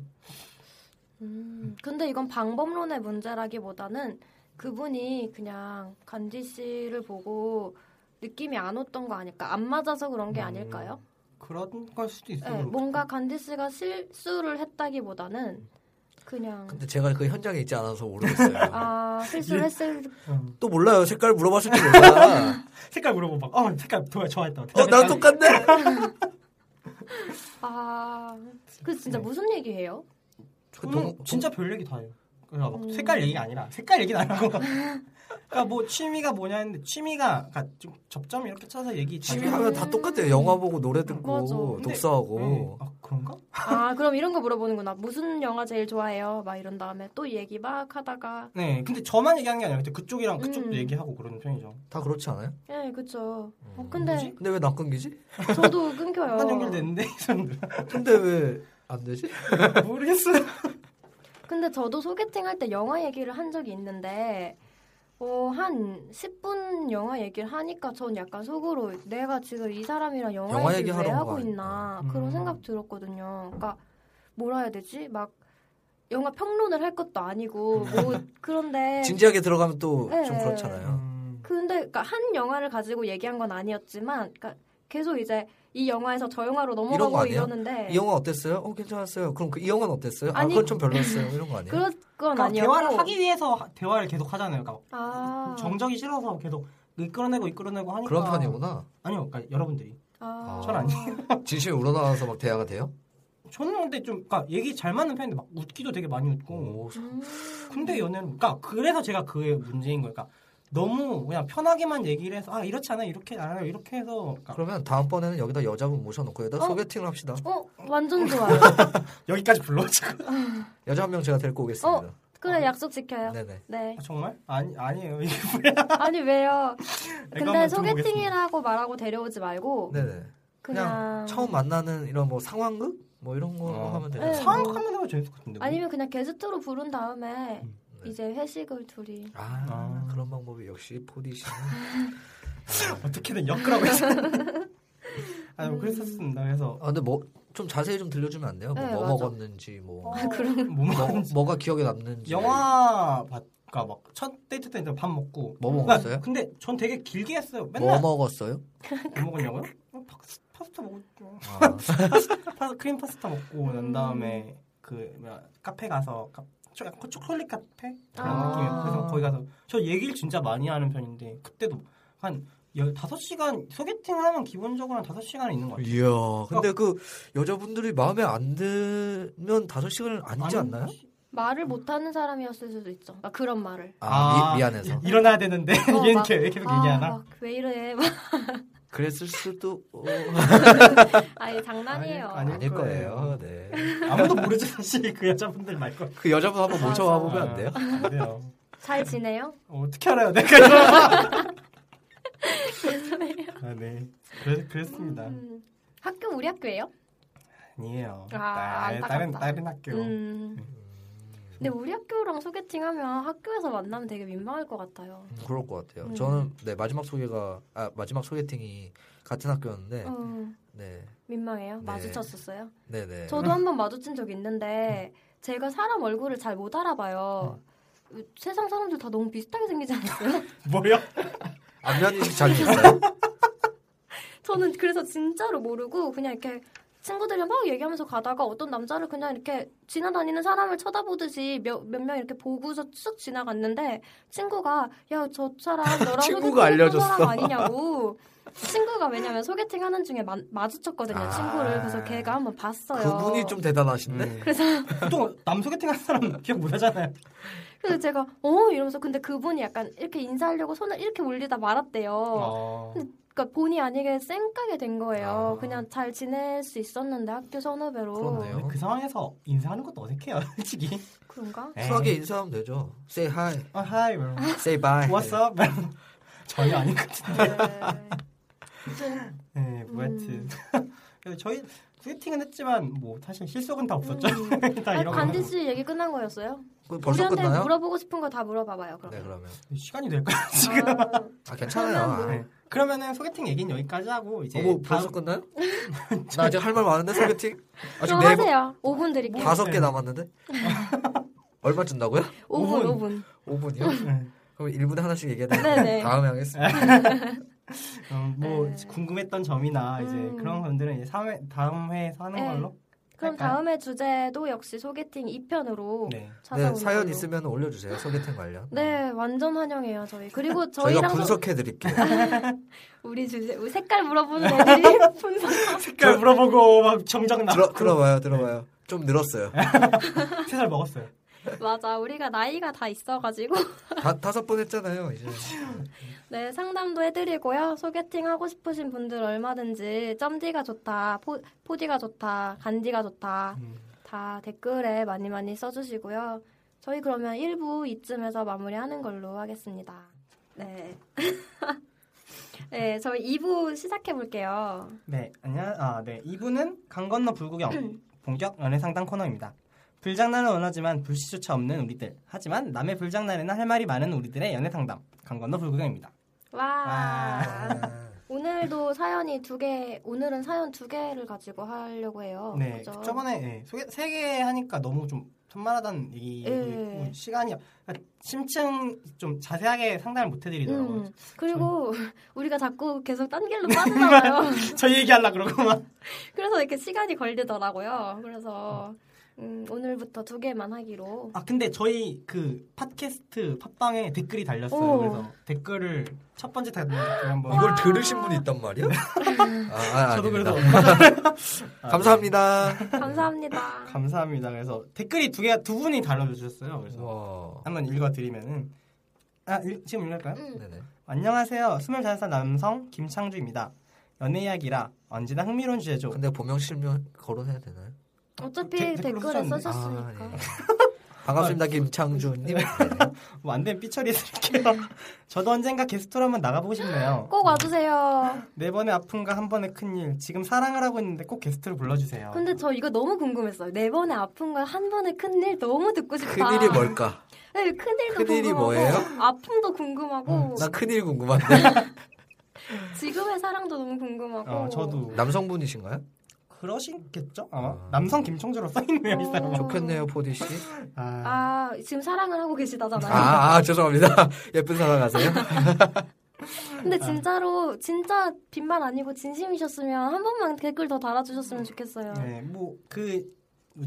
음, 근데 이건 방법론의 문제라기보다는 그분이 그냥 간지 씨를 보고 느낌이 안 왔던 거 아닐까? 안 맞아서 그런 게
음.
아닐까요?
그런 걸 수도 있어요.
네,
그리고
뭔가 간디 씨가 실수를 했다기보다는 그냥
근데 제가 그 현장에 있지 않아서 모르겠어요.
*laughs* 아 실수를 했을
음.
또 몰라요. 색깔 물어봤을지 *laughs* 몰라.
색깔 물어보면 막, 어, 색깔 도- 좋아했다.
어, 나랑 똑같네.
아 그 진짜
네.
아, 무슨 얘기해요?
그 동- 어.
저는 진짜 네. 별 얘기 다 해요. 그러니까 그래서 막
음.
색깔 얘기가 아니라 색깔 얘기는 안
*laughs*
하고 그러니까 뭐 취미가 뭐냐 했는데 취미가 그러니까 좀 접점 이렇게 쳐서 얘기
아, 취미
자주
하면 다 똑같아요. 영화 보고 노래 듣고
맞아. 근데-
독서하고.
아 그런가?
아 그럼 이런 거 물어보는구나. 무슨 영화 제일 좋아해요? 막 이런 다음에 또 얘기 막 하다가
네 근데 저만 얘기하는 게 아니라 그쪽이랑 그쪽도
음.
얘기하고 그러는 편이죠
다 그렇지 않아요?
예 그쵸. 어,
뭐지?
근데
근데 왜 안 끊기지?
저도 끊겨요.
한 연결됐는데 *laughs* 이 사람들
근데 왜 안 되지?
모르겠어요
근데 저도 소개팅 할 때 영화 얘기를 한 적이 있는데 어, 한 10분 영화 얘기를 하니까 전 약간 속으로 내가 지금 이 사람이랑 영화,
영화
얘기를
얘기하러
왜
온
하고
거
있나
아닐까.
그런
음.
생각 들었거든요. 그러니까 뭐라 해야 되지? 막 영화 평론을 할 것도 아니고
*laughs*
뭐 그런데
진지하게 들어가면 또 좀
네.
그렇잖아요.
음.
근데 그러니까 한 영화를 가지고 얘기한 건 아니었지만 그러니까 계속 이제 이 영화에서 저 영화로
이런 거
넘어가고
아니에요?
이러는데
이 영화 어땠어요? 어 괜찮았어요. 그럼 그 이 영화는 어땠어요?
네.
아
아니- 음.
그건 좀 별로였어요. 이런 거 아니에요?
그런 건
그러니까
아니었고
대화를 하기 위해서 하- 대화를 계속 하잖아요 그러니까
아,
정적이 싫어서 계속 이끌어내고 이끌어내고 하니까
그런 편이구나.
아니요 그러니까 여러분들이
아.
전 아니에요.
진심이 우러나와서 막 대화가 돼요?
저는 근데 좀 그러니까 얘기 잘 맞는 편인데 막 웃기도 되게 많이 웃고
오,
음.
근데 연애는 그러니까 그래서 제가 그게 문제인 거예요. 그러니까 너무 그냥 편하게만 얘기를 해서 아 이렇지 않아 이렇게 안 해요 이렇게 해서 그러니까
그러면 다음번에는 여기다 여자분 모셔놓고 여기다
어?
소개팅을 합시다.
어 완전 좋아요.
여기까지 불러 지금
여자 한 명 제가 데리고 오겠습니다.
그래 약속 지켜요. 어? 네.
네네.
아, 정말 아니 아니에요 이게
아니 왜요? 근데
한번
소개팅이라고 말하고 데려오지 말고
네네.
그냥,
처음 만나는 이런 뭐 상황극 뭐 이런 거
어.
하면 되나요?
네.
상황 하면 해도 재밌을 것 같은데 뭐.
아니면 그냥 게스트로 부른 다음에
네.
이제 회식을 둘이
아,
아.
그런 방법이 역시 포디시.
어떻게든
*laughs*
엮으라고 해서 아니 뭐 그랬었습니다. 그래서
아 근데 뭐 좀 자세히 좀 들려주면 안 돼요? 뭐,
네,
뭐
맞아.
먹었는지 뭐,
그런 뭐 *laughs*
뭐
먹었는지
뭐가 기억에 남는지
영화 봤까 그러니까 막첫 데이트 때 밥 먹고
뭐
그러니까
먹었어요?
근데 전 되게 길게 했어요.
뭐
맨날 뭐,
먹었어요?
먹었냐고요? 어, 파- 파스타 먹었죠.
아,
파- 크림 파스타 먹고 난
음.
다음에 그 뭐야 카페 가서 카, 초, 약간 초콜릿 카페 그런
아.
느낌이에요. 그래서 거기 가서 저 얘기를 진짜 많이 하는 편인데 그때도 한 15시간 소개팅을 하면 기본적으로 한 5시간 은 있는 것 같아요.
이야. 근데 그 여자분들이 마음에 안 들면 다섯 시간을 안 있지
아니,
않나요?
말을 못하는 사람이었을 수도 있죠. 막 그런 말을.
아,
아.
미, 안해서
일어나야 되는데
어,
얘는
막,
걔왜 계속 얘기하나?
아, 막 왜 이래? 막 *laughs*
그랬을 수도 어,
아니 장난이에요.
아니, 아니.
아닐 거예요. 네.
아무도 모르죠 사실 그 여자분들 말고 아,
그 여자분 한번 모셔와 보면 안 돼요?
안 돼요.
잘 지내요?
어, 어떻게 알아요 내가
*laughs*
이거 아, 네. 그래, 그랬습니다.
음, 학교 우리 학교예요?
아니에요.
아,
딸-
안타깝다.
다른, 다른 학교.
음. 근데 우리 학교랑 소개팅하면 학교에서 만나면 되게 민망할 것 같아요.
그럴 것 같아요.
음.
저는 네 마지막 소개가 아 마지막 소개팅이 같은 학교였는데
어,
네
민망해요?
네.
마주쳤었어요?
네네
저도 한 번 마주친 적이 있는데 제가 사람 얼굴을 잘 못 알아봐요.
음.
세상 사람들 다 너무 비슷하게 생기지 않았어요?
*laughs*
뭐요?
안면 인식 잘 됐어요.
저는 그래서 진짜로 모르고 그냥 이렇게 친구들이랑 막 얘기하면서 가다가 어떤 남자를 그냥 이렇게 지나다니는 사람을 쳐다보듯이 몇 몇 명 이렇게 보고서 쑥 지나갔는데 친구가 야 저
*laughs*
사람 너랑 소개팅 했던
친구가 알려줬어.
사람 아니냐고 친구가 왜냐면 소개팅 하는 중에 마, 마주쳤거든요
아.
친구를 그래서 걔가 한번 봤어요
그분이 좀 대단하신데
음. 그래서 보통 남 소개팅 한 사람 기억 못 하잖아요.
그래서 제가 어 이러면서 근데 그분이 약간 이렇게 인사하려고 손을 이렇게 올리다 말았대요 어.
어.
그러니까 본의 아니게 쌩까게 된 거예요.
어. 아.
그냥 잘 지낼 수 있었는데 학교 선후배로
그렇네요.
근데 그 상황에서 인사하는 것도 어색해요, *laughs* 솔직히. 네.
가
수학에
예.
인사하면 되죠. Say hi,
어, 하이, 뭐.
say bye.
What's up? 뭐, 전혀 아닌 것 같은데.
네.
네,
음.
뭐 하여튼. *laughs* 그래서 저희 소개팅은 했지만 뭐 사실 실속은 다 없었죠.
음.
*laughs* 다
아니,
이런 거.
반디 씨 얘기 끝난 거였어요?
그 벌써
우리한테
끝나요?
물어보고 싶은 거 다 물어봐봐요. 그럼.
네 그러면
시간이 될까요? 지금.
아,
아 괜찮아요.
그러면
네. *laughs* 그러면은 소개팅 얘기는 여기까지 하고 이제
어, 뭐 벌써
다음
끝나요? *laughs* 나 아직 할 말 많은데 소개팅 아직
그럼
네 번-
하세요. 5분 드릴게요.
다섯
네.
개 남았는데 *laughs* 얼마 준다고요?
5분,
오분.
5분.
5분이요?
네.
그럼 1분에 하나씩 얘기해야
네네.
되나요? 다음에 하겠습니다.
음, 뭐
네.
궁금했던 점이나 이제
음.
그런 분들은 이제 3회, 다음 회에서 하는
네.
걸로.
그럼
할까요?
다음에 주제도 역시 소개팅 2편으로
네.
찾아오는
아, 네 사연
걸로.
있으면 올려주세요. 소개팅 관련.
네, 완전 환영해요, 저희. 그리고
저희가
저희랑 소- *laughs*
분석해 드릴게요.
우리 주제, 우리 색깔 물어보는 애들이 분석.
색깔 물어보고 막 정장 나고
들어 들어봐요, 들어봐요. 좀 늘었어요.
세살 먹었어요.
맞아. 우리가 나이가 다 있어가지고.
다, 다섯 번 했잖아요 이제
네, 상담도 해드리고요. 소개팅 하고 싶으신 분들 얼마든지 점디가 좋다, 포, 포디가 좋다, 간디가 좋다.
음.
다 댓글에 많이 많이 써주시고요. 저희 그러면 1부 이쯤에서 마무리하는 걸로 하겠습니다. 네. *laughs* 네, 저희 2부 시작해볼게요.
네, 안녕. 아, 네. 이분은 강
*clears throat*
건너 불구경 본격 연애 상담 코너입니다. 불장난은 원하지만 불씨조차 없는 우리들. 하지만 남의 불장난에나 할 말이 많은 우리들의 연애 상담. 강 건너 불구경입니다.
와. 오늘도 사연이 두 개, 오늘은 사연 두 개를 가지고 하려고 해요.
네,
그죠?
저번에 네, 소개 세개 하니까 너무 좀 산만하다는 얘기
예.
시간이 그러니까 심층 좀 자세하게 상담을 못 해드리더라고요.
음, 그리고 *laughs* 우리가 자꾸 계속 딴 길로 빠지잖아요. *laughs*
저 얘기하려 그러고 막.
그래서 이렇게 시간이 걸리더라고요. 그래서 음, 오늘부터 두 개만 하기로.
아 근데 저희 그 팟캐스트 팟빵에 댓글이 달렸어요.
오.
그래서 댓글을 첫 번째 댓글 한번
이걸 들으신 분이 있단 말이야? 아, 아,
저도
아닙니다.
그래서 아,
감사합니다.
감사합니다.
네. *laughs* 감사합니다. 그래서 댓글이 두 개 두 분이 달아주셨어요. 그래서
와.
한번 읽어드리면은 아 일- 지금 읽을까요?
음.
네네.
안녕하세요. 25살 남성 김창주입니다. 연애 이야기라 언제나 흥미로운 주제죠.
근데 본명 실명 거론해야 되나요?
어차피
댓- 댓글로
댓글에
썼네.
써줬으니까.
아, 예. *laughs* 반갑습니다 김창준님. 네.
뭐 안 되면 삐처리 해드릴게요. *laughs* 저도 언젠가 게스트로 한번 나가보고 싶네요.
꼭 와주세요.
네 번의 아픔과 한 번의 큰일. 지금 사랑을 하고 있는데 꼭 게스트로 불러주세요.
근데 저 이거 너무 궁금했어요. 네 번의 아픈 걸 한 번에 큰일 너무 듣고 싶다.
큰일이 뭘까?
네, 큰일도
큰일이
궁금하고
뭐예요? 음.
아픔도 궁금하고
나 큰일 궁금한데.
지금의 사랑도 너무 궁금하고.
어, 저도
남성분이신가요?
그러시겠죠 아마
아.
남성 김총주로 써있네요 이 사람.
어.
좋겠네요 포디 씨.
*laughs* 아,
아 지금 사랑을 하고 계시다잖아요.
아, 아 죄송합니다. *laughs* 예쁜 사랑하세요.
근데 진짜로 진짜 빈말 아니고 진심이셨으면 한 번만 댓글 더 달아주셨으면 좋겠어요.
네, 뭐그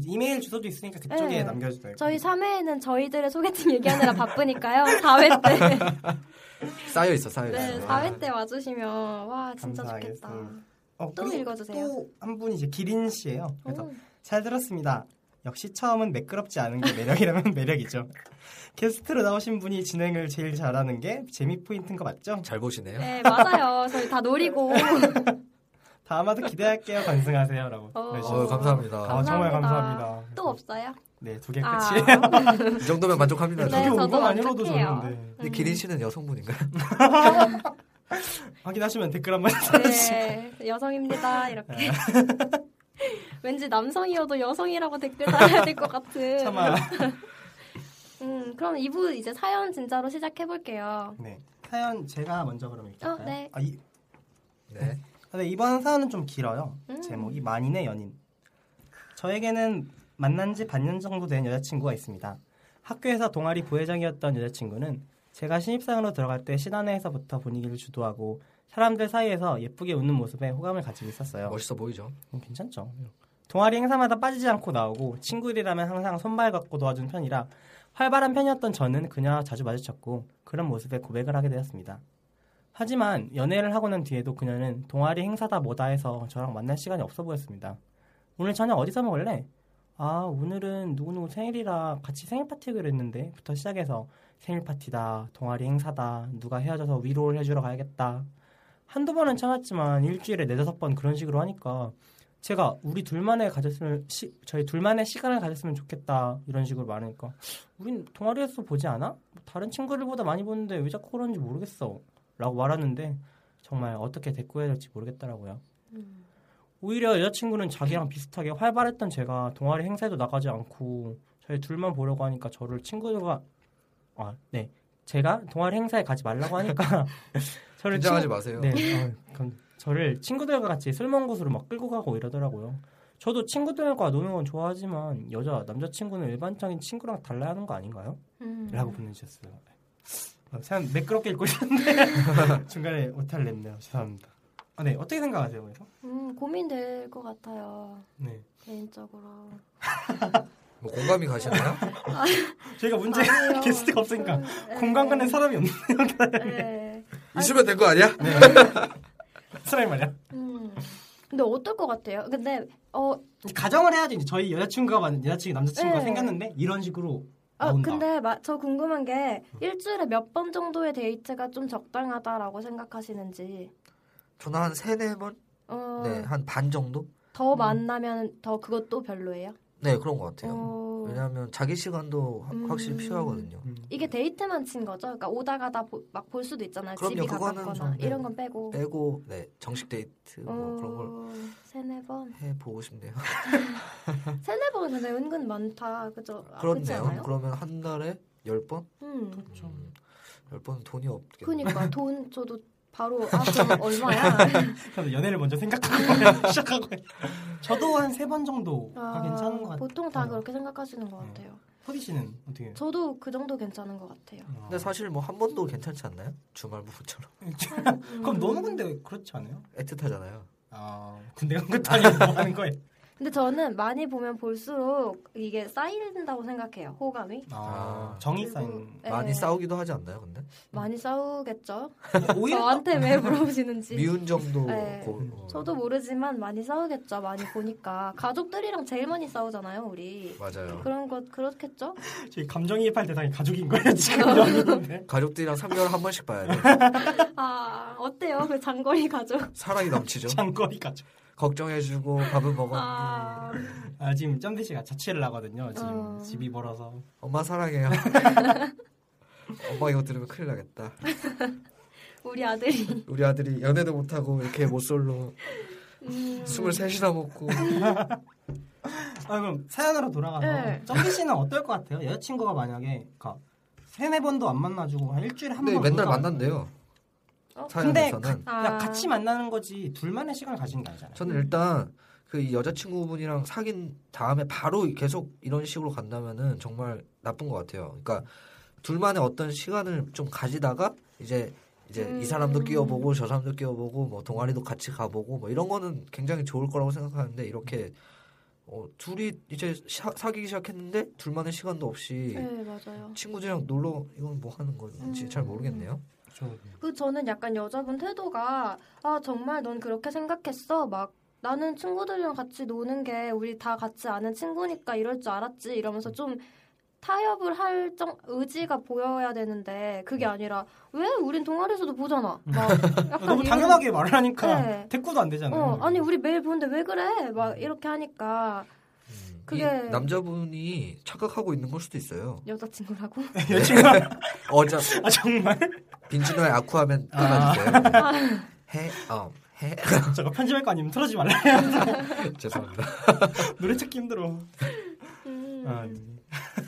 이메일 주소도 있으니까 그쪽에
네.
남겨주세요.
저희 3회에는 저희들의 소개팅 얘기하느라 바쁘니까요. 4회 때.
쌓여 있어 쌓여 있어. 아,
네, 4회 때 와주시면 와 진짜 좋겠다. 음.
감사하겠습니다. 어,
또
그리고
읽어주세요.
또한 분이 이제 기린 씨예요. 그래서
오,
잘 들었습니다. 역시 처음은 매끄럽지 않은 게 매력이라면 *laughs* 매력이죠. 게스트로 나오신 분이 진행을 제일 잘하는 게 재미 포인트인 거 맞죠?
잘 보시네요.
네, 맞아요. 저희 다 노리고. *laughs*
다음화도 기대할게요. 건승하세요라고.
어.
네,
어, 감사합니다.
아, 정말
감사합니다.
감사합니다.
또 없어요?
네, 두 개
아,
끝이에요.
이 정도면 만족합니다.
네,
*laughs* 두개
저는.
온
저도
건 아니라도
만족해요. 네.
좋는데
근데 기린 씨는 여성분인가요?
확인하시면 댓글 한번 달아주세요.
네, 여성입니다.
네.
이렇게. *laughs* 왠지 남성이어도 여성이라고 댓글 달아야 될 것 같은.
*laughs* 참아.
음, 그럼 2부 이제 사연 진짜로 시작해볼게요.
네. 사연 제가 먼저 그럼 읽을까요?
어, 네.
아, 이,
네.
근데 이번 사연은 좀 길어요.
음.
제목이 만인의 연인. 저에게는 만난 지 반년 정도 된 여자친구가 있습니다. 학교에서 동아리 부회장이었던 여자친구는 제가 신입사원으로 들어갈 때 신안회에서부터 분위기를 주도하고 사람들 사이에서 예쁘게 웃는 모습에 호감을 가지고 있었어요.
멋있어 보이죠?
음, 괜찮죠. 동아리 행사마다 빠지지 않고 나오고 친구들이라면 항상 손발 갖고 도와준 편이라 활발한 편이었던 저는 그녀와 자주 마주쳤고 그런 모습에 고백을 하게 되었습니다. 하지만 연애를 하고 난 뒤에도 그녀는 동아리 행사다 뭐다 해서 저랑 만날 시간이 없어 보였습니다. 오늘 저녁 어디서 먹을래? 아 오늘은 누구누구 생일이라 같이 생일 파티하기로 했는데 부터 시작해서 생일 파티다 동아리 행사다 누가 헤어져서 위로를 해주러 가야겠다 한두 번은 참았지만 일주일에 네다섯 번 그런 식으로 하니까 제가 우리 둘만의 가졌으면 시- 저희 둘만의 시간을 가졌으면 좋겠다 이런 식으로 말하니까 우린 동아리에서 보지 않아? 뭐 다른 친구들보다 많이 보는데 왜 자꾸 그런지 모르겠어 라고 말하는데 정말 어떻게 대꾸해야 될지 모르겠더라고요
음.
오히려 여자친구는 자기랑 비슷하게 활발했던 제가 동아리 행사에도 나가지 않고 저희 둘만 보려고 하니까 저를 친구들과 아네 제가 동아리 행사에 가지
*laughs*
말라고 하니까 저를
긴장하지
친-
마세요.
네. 아, 감- 저를 친구들과 같이 술 먹은 곳으로 막 끌고 가고 이러더라고요. 저도 친구들과 노는 건 좋아하지만 여자 남자친구는 일반적인 친구랑 달라야 하는 거 아닌가요?
음.
라고 보내주셨어요. 아, 참 매끄럽게 읽고 있는데 중간에 오타를 냈네요. 죄송합니다. 아, 네 어떻게 생각하세요? 그래서?
음, 고민될 것 같아요.
네
개인적으로.
뭐
*laughs*
공감이 가시나요?
저희가 문제
아니요.
게스트가 없으니까
그, 네.
공감가는 사람이 없는 *laughs*
네.
있으면 된 거 아니야?
사람이 말이야.
음. 근데 어떨 것 같아요? 근데 어,
이제 가정을 해야지 이제 저희 여자친구가 많은 여자친구 남자친구가
네.
생겼는데 이런 식으로
아,
나온다.
근데 마- 저 궁금한 게 일주일에 몇 번 정도의 데이트가 좀 적당하다라고 생각하시는지.
저는 한 세네 번?
어,
네, 한 반 정도?
음.
더 만나면 더 그것도 별로예요?
네, 그런 것 같아요.
어,
왜냐하면 자기 시간도 하-
음.
확실히 필요하거든요.
이게 데이트만 친 거죠? 그러니까 오다 가다 막 볼 수도 있잖아요.
그럼요,
집이
그거는
가깝거나
좀, 네.
이런 건 빼고.
빼고 네 정식 데이트 뭐 그런 걸
어, 세네 번.
해보고 싶네요.
세네 번 근데 은근 많다. 그죠? 아, 그렇지
그렇네요.
않아요?
그러면 한 달에 열 번?
음.
그렇죠.
음, 열 번은 돈이 없겠네.
그러니까 돈 저도 바로 아 그럼 얼마야?
그래서 연애를 먼저 생각하고 *laughs* 시작하고 저도 한 세 번 정도 가
아,
괜찮은 것 같아요.
보통 다 그렇게 생각하시는 것
네.
같아요.
허디 씨는 어떻게? 어. 해요?
저도 그 정도 괜찮은 것 같아요.
근데 사실 뭐 한 번도 괜찮지 않나요? 주말 부부처럼 *laughs*
음.
그럼 너무 근데 그렇지 않아요?
애틋하잖아요.
아 군대 간 것도 아니고 뭐 하는 거예요?
근데 저는 많이 보면 볼수록 이게 쌓인다고 생각해요. 호감이.
아
아.
정이 쌓인
네.
많이 싸우기도 하지 않나요? 근데
많이 싸우겠죠.
오히려
저한테 왜 물어보시는지.
미운 정도
네.
고, 어,
저도 모르지만 많이 싸우겠죠. 많이 보니까 가족들이랑 제일 많이 싸우잖아요, 우리.
맞아요.
그런 것 그렇겠죠?
*laughs* 저희 감정이입할 대상이 가족인 거예요 지금 연애인데
가족들이랑 3개월 한 번씩
*laughs*
봐야 돼.
아 어때요? 그 장거리 가족.
사랑이 넘치죠.
장거리 가족.
걱정해주고 밥을 먹었니?
아
아 지금 점비 씨가 자취를 하거든요. 지금
어.
집이 벌어서
*laughs*
엄마 사랑해요. 엄마 이거 들으면 큰일 나겠다.
우리 아들이.
우리 아들이 연애도 못하고
*laughs*
이렇게 못솔로
음.
숨을 셋이나 먹고
아 그럼 사연으로 돌아가서
네.
정기 씨는 어떨 것 같아요? 여자친구가 만약에 그러니까 세네 번도 안 만나주고 한 일주일에 한
근데
번.
네, 맨날
그러니까
만난대요.
어?
근데
사연에서는
아.
그냥 같이 만나는 거지 둘만의 시간을 가진 게 아니잖아요.
저는 일단 그 이 여자친구분이랑 사귄 다음에 바로 계속 이런 식으로 간다면은 정말 나쁜 것 같아요. 그러니까 둘만의 어떤 시간을 좀 가지다가 이제 이제
음.
이 사람도 끼워보고 저 사람도 끼워보고 뭐 동아리도 같이 가보고 뭐 이런 거는 굉장히 좋을 거라고 생각하는데 이렇게 어, 둘이 이제 샤- 사귀기 시작했는데 둘만의 시간도 없이
네 맞아요.
친구들이랑 놀러 이건 뭐 하는 건지 잘 모르겠네요.
그 저는 약간 여자분 태도가 아 정말 넌 그렇게 생각했어 막 나는 친구들이랑 같이 노는 게 우리 다 같이 아는 친구니까 이럴 줄 알았지 이러면서 좀 타협을 할 정, 의지가 보여야 되는데 그게
음.
아니라 왜 우린 동아리에서도 보잖아 막 약간
너무
이런-
당연하게 말을 하니까
네.
대꾸도 안 되잖아요.
어 아니 우리 매일 보는데 왜 그래 막 이렇게 하니까
음,
그게-
이 남자분이 착각하고 있는 걸
*laughs*
수도 있어요.
*laughs*
여자친구라고
어저
*laughs* 아 정말? *laughs*
빈지노의 아쿠아맨
아.
깔아주세요.
*laughs*
해, 어, 해. *laughs*
제가 편집할 거 아니면 틀어지 말래. *laughs*
죄송합니다.
노래 찾기 힘들어.
음.
아, *laughs*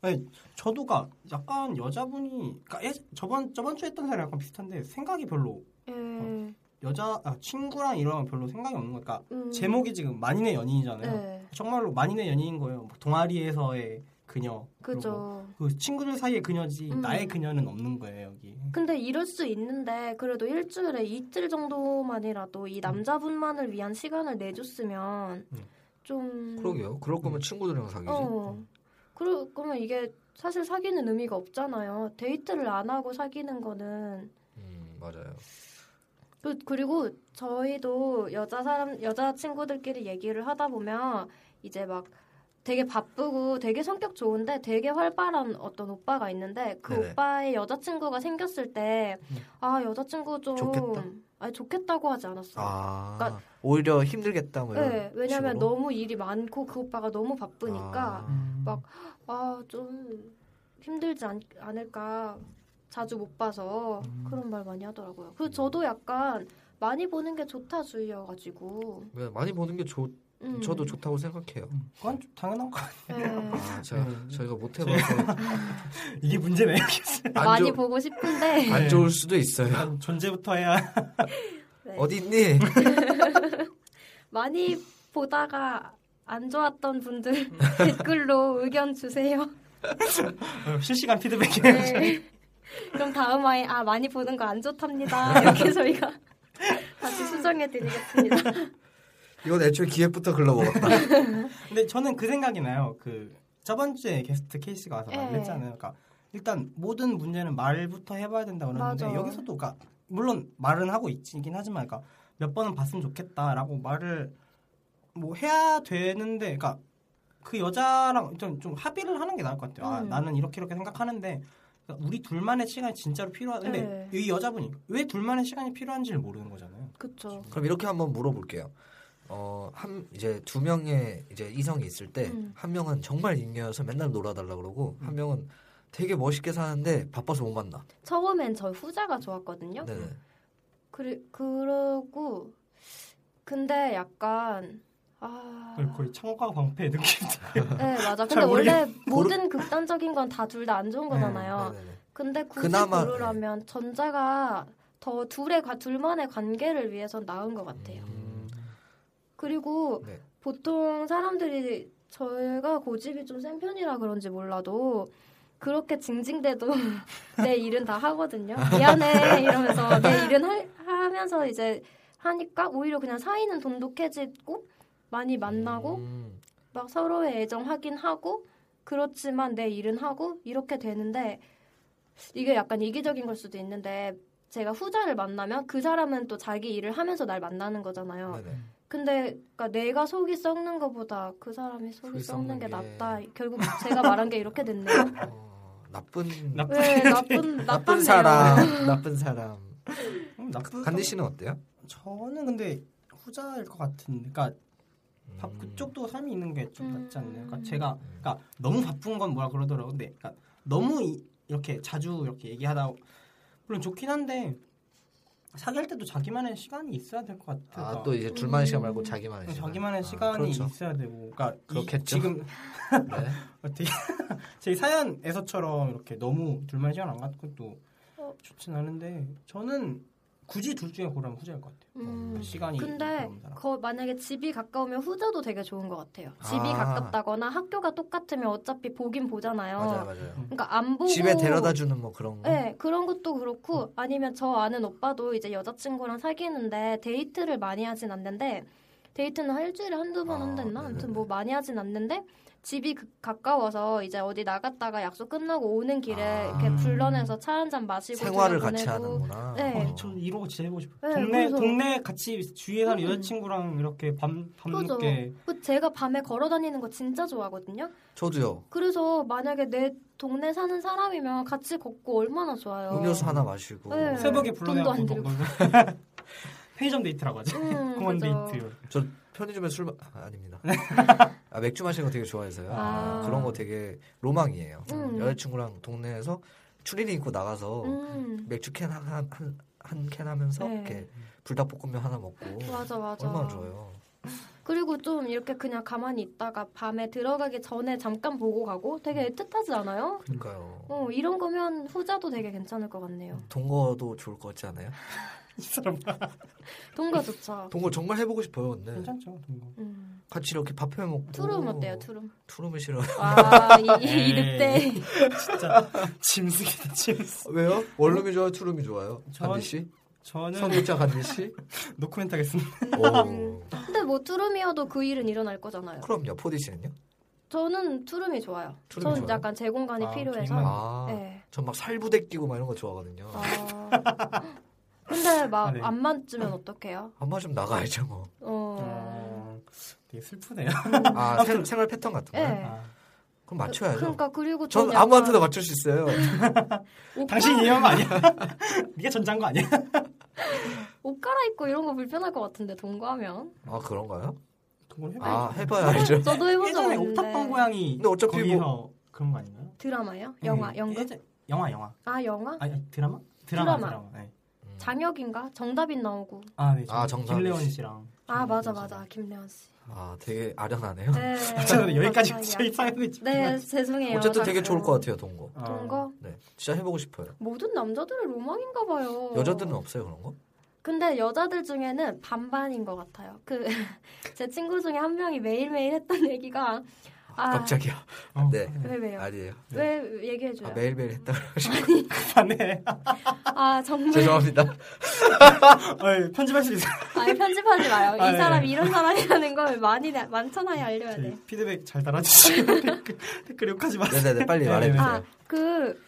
아니, 저도가 약간 여자분이 그러니까 예, 저번 저번 주에 했던 사람 약간 비슷한데 생각이 별로
예.
어. 여자 아, 친구랑 이러면 별로 생각이 없는 거니까
음.
제목이 지금 만인의 연인이잖아요.
예.
정말로 만인의 연인인 거예요. 뭐 동아리에서의 그녀. 그리고
그죠
그 친구들 사이의 그녀지
음.
나의 그녀는 없는 거예요 여기.
근데 이럴 수 있는데 그래도 일주일에 이틀 정도만이라도 이 남자분만을 위한 시간을 내줬으면
음.
좀
그러게요. 그럴 거면 친구들이랑 사귀지.
어. 그러, 그러면 이게 사실 사귀는 의미가 없잖아요. 데이트를 안 하고 사귀는 거는
음, 맞아요.
그- 그리고 저희도 여자 사람 여자 친구들끼리 얘기를 하다 보면 이제 막 되게 바쁘고 되게 성격 좋은데 되게 활발한 어떤 오빠가 있는데 그
네네.
오빠의 여자친구가 생겼을 때
음.
아 여자친구 좀
좋겠다?
아니 좋겠다고 하지 않았어. 요
아,
그러니까-
오히려 힘들겠다 뭐 이런
네, 왜냐면
식으로? 아.
너무 일이 많고 그 오빠가 너무 바쁘니까
음.
막 아 좀 힘들지 않, 않을까 자주 못 봐서
음.
그런 말 많이 하더라고요. 그 저도 약간 많이 보는 게 좋다 주의여가지고
네, 많이 보는 게 좋,
음.
저도 좋다고 생각해요.
음, 그건 좀 당연한 거 같아.
네.
*laughs* 아, 제가,
음.
저희가 못 해봐서
이게
안,
문제네.
*laughs* 많이 네.
좋-
보고 싶은데 *laughs*
안 좋을 수도 있어요.
일단 존재부터 해야.
네.
어디 있니?
많이 보다가 안 좋았던 분들
음.
*laughs* 댓글로 의견
*laughs*
주세요.
어, 실시간 피드백이.
네. 그럼 다음 화에 아 많이 보는 거 안
*laughs*
좋답니다. 이렇게 저희가 다시 수정해 드리겠습니다.
이건 애초에 기획부터 글러먹었다.
근데 저는 그 생각이 나요. 그 저번 주에 게스트 케이스가 와서
예.
말을 했잖아요. 그러니까 일단 모든 문제는 말부터 해봐야 된다 그러는데
맞아.
여기서도 그러니까 물론 말은 하고 있긴 하지만 그러니까 몇 번은 봤으면 좋겠다라고 말을 뭐 해야 되는데 그러니까 그 여자랑 좀, 좀 합의를 하는 게 나을 것 같아요. 아,
음.
나는 이렇게 이렇게 생각하는데 그러니까 우리 둘만의 시간이 진짜로 필요한데
네.
이 여자분이 왜 둘만의 시간이 필요한지를 모르는 거잖아요.
그쵸.
그럼 이렇게 한번 물어볼게요. 어, 한 이제 두 명의 이제 이성이 있을 때 한
음.
명은 정말 인여여서 맨날 놀아달라 그러고 한 명은 되게 멋있게 사는데 바빠서 못 만나.
처음엔 저 후자가 좋았거든요.
네네.
그리, 그러고 근데 약간 아
거의 창과 방패의 느낌.
네, 맞아. 근데
잘 모르겠-
원래 모든 극단적인 건 다 둘 다 안 좋은 거잖아요.
음, 네네네.
근데 굳이
네.
그나마-
고르라면 전자가 더 둘의 가- 둘만의 관계를 위해선 나은 것 같아요.
음,
그리고
네.
보통 사람들이 저희가 고집이 좀 센 편이라 그런지 몰라도 그렇게 징징대도 *laughs* 내 일은 다 하거든요.
*laughs*
미안해 이러면서 내 일은 할- 하면서 이제 하니까 오히려 그냥 사이는 돈독해지고 많이 만나고
음,
막 서로의 애정 확인하고 그렇지만 내 일은 하고 이렇게 되는데 이게 약간 이기적인 걸 수도 있는데 제가 후자를 만나면 그 사람은 또 자기 일을 하면서 날 만나는 거잖아요.
네네.
근데 그러니까 내가 속이 썩는 것보다 그 사람이 속이
속이
썩는 게
썩는 게-
낫다. 결국 제가 말한 게 이렇게
*laughs*
됐네요.
어, 나쁜
나쁜
왜 나쁜 나쁜 *laughs*
나쁜 사람 나쁜 사람.
*laughs* 음, 나쁘다.
간디 씨는 어때요?
저는 근데 후자일 것 같은. 그러니까 밥
음,
그쪽도 삶이 있는 게 좀 낫지 않나요? 그러니까
음.
제가 그러니까 너무 바쁜 건 뭐라 그러더라고. 근데 그러니까 너무 이- 이렇게 자주 이렇게 얘기하다 물론 좋긴 한데 사귈 때도 자기만의 시간이 있어야 될 것 같아요.
아,
그러니까
또 이제 둘만의 시간
음.
말고 자기만의 시간.
네, 자기만의
아,
시간이
그렇죠.
있어야 되고, 그러니까 이-
그렇겠죠.
지금
네.
어떻게 *laughs* 제 사연에서처럼 이렇게 너무 둘만의 시간 안 갖고 또
어.
좋진 않은데 저는 굳이 둘 중에 고르면 후자일 것 같아요.
음.
시간이
근데
있는 사람.
거 만약에 집이 가까우면 후자도 되게 좋은 것 같아요. 집이
아.
가깝다거나 학교가 똑같으면 어차피 보긴 보잖아요.
맞아요, 맞아요.
그러니까 안 보고
집에 데려다 주는 뭐 그런 거.
네, 그런 것도
음.
그렇고 아니면 저 아는 오빠도 이제 여자친구랑 사귀는데 데이트를 많이 하진 않는데 데이트는 한 일주일에 한두 번
아,
한댔나?
네네네.
아무튼 뭐 많이 하진 않는데 집이 그- 가까워서 이제 어디 나갔다가 약속 끝나고 오는 길에
아.
이렇게 불러내서 차 한 잔 마시고
생활을
들여보내고
같이 하는구나.
네.
어.
전 아, 이러고 진짜 해보고 싶어요.
네,
동네
그래서-
동네 같이 주위에 사는
음.
여자친구랑 이렇게
그죠.
밤 밤늦게
그 제가 밤에 걸어 다니는 거 진짜 좋아하거든요.
저도요.
그래서 만약에 내 동네 사는 사람이면 같이 걷고 얼마나 좋아요.
음료수 하나 마시고.
네.
새벽에
돈도
불러내고
안 들고.
먹는- *laughs* 편의점 데이트라고 하죠.
*laughs*
음,
공원
그죠.
데이트.
저 편의점에 술 마... 아, 아닙니다. *laughs* 아, 맥주 마시는 거 되게 좋아해서요.
네. 아.
그런 거 되게 로망이에요.
음.
여자친구랑 동네에서 추리닝 입고 나가서
음.
맥주 캔한한한 캔 하면서
네.
이렇게 불닭볶음면 하나 먹고
맞아 맞아.
네. 얼마나 좋아요.
그리고 좀 이렇게 그냥 가만히 있다가 밤에 들어가기 전에 잠깐 보고 가고 되게
음.
애틋하지 않아요?
그러니까요.
어, 이런 거면 후자도 되게 괜찮을 것 같네요.
동거도 좋을 것 같지 않아요?
이 사람
동거
*laughs*
좋죠.
동거 정말 해보고 싶어요. 근데
괜찮죠. 동거.
음.
같이 이렇게 밥해 먹고
투룸 어때요,
*laughs*
투룸?
투룸이 싫어.
아, 이, 이,
에이.
이 늑대.
진짜 *laughs* 짐승이다 짐승.
왜요? 원룸이 좋아요? 투룸이 좋아요?
전-
간디 씨?
저는
선우자
*laughs*
간디 씨?
노코멘트 하겠습니다.
음.
오. 아,
근데 뭐 투룸이어도 그 일은 일어날 거잖아요.
그럼요. 포디 씨는요?
네. 저는 투룸이 좋아요.
투룸이
저는
좋아요?
약간 제 공간이
아,
필요해서.
정말.
아.
네.
전 막 살부대 끼고 막 이런 거 좋아하거든요.
아. 근데 막
아, 네.
안 맞으면 어떡해요?
한 번쯤
*laughs*
나가야죠 뭐. 음.
어.
어, 되게 슬프네요.
아 생, 생활 패턴 같은 거.
예.
요
네.
아,
그럼 맞춰야죠.
그러니까 그리고
전
좀
아무한테나
약간
맞출 수
*laughs*
있어요.
오빠
당신 이해한 거 아니야? *laughs* 네가 전자인 거 아니야?
옷 갈아입고 이런 거 불편할 것 같은데 동거하면
아 그런가요?
네.
동거를 해봐요.
아 해봐야 알죠.
저도 해본 적
예전에
없는데
옥탑방 고양이
근데 어차피
거기서
뭐-
그런 거 아닌가요?
드라마요? 영화
예,
연극?
예전- 영화 영화
아 영화?
아니 아니, 드라마 드라마
드라마.
드라마. 네.
음.
장혁인가? 정답인 나오고
아네
아, 정상훈
김래원
씨.
씨랑
아 맞아
정상훈
맞아 김래원 씨.
아 되게 아련하네요.
*laughs*
네.
씨. 저는 여기까지
갑자기
제 사연이
약- 네 죄송해요.
*laughs* 어쨌든 되게
자꾸.
좋을 것 같아요 동거.
아,
동거
네 진짜 해보고 싶어요.
모든 남자들의 로망인가 봐요.
여자들은 없어요 그런 거?
근데 여자들 중에는 반반인 것 같아요. 그 *laughs* 제 친구 중에 한 명이 매일매일 했던 얘기가 아
갑자기요.
어,
네.
왜 왜요?
아니에요.
왜 얘기해줘요?
아,
아,
매일매일 했다 그러시고 *laughs*
반해. *laughs*
정말
죄송합니다.
어, 편집할 수 있어요.
아 편집하지 마요.
아,
이
예.
사람 이런 사람이라는 걸 많이 나- 만천하에 알려야
네.
돼.
피드백 잘 달아주시고 *laughs* 댓글, 댓글 욕하지 마세요.
네네네 빨리
네,
말해주세요.
아, 그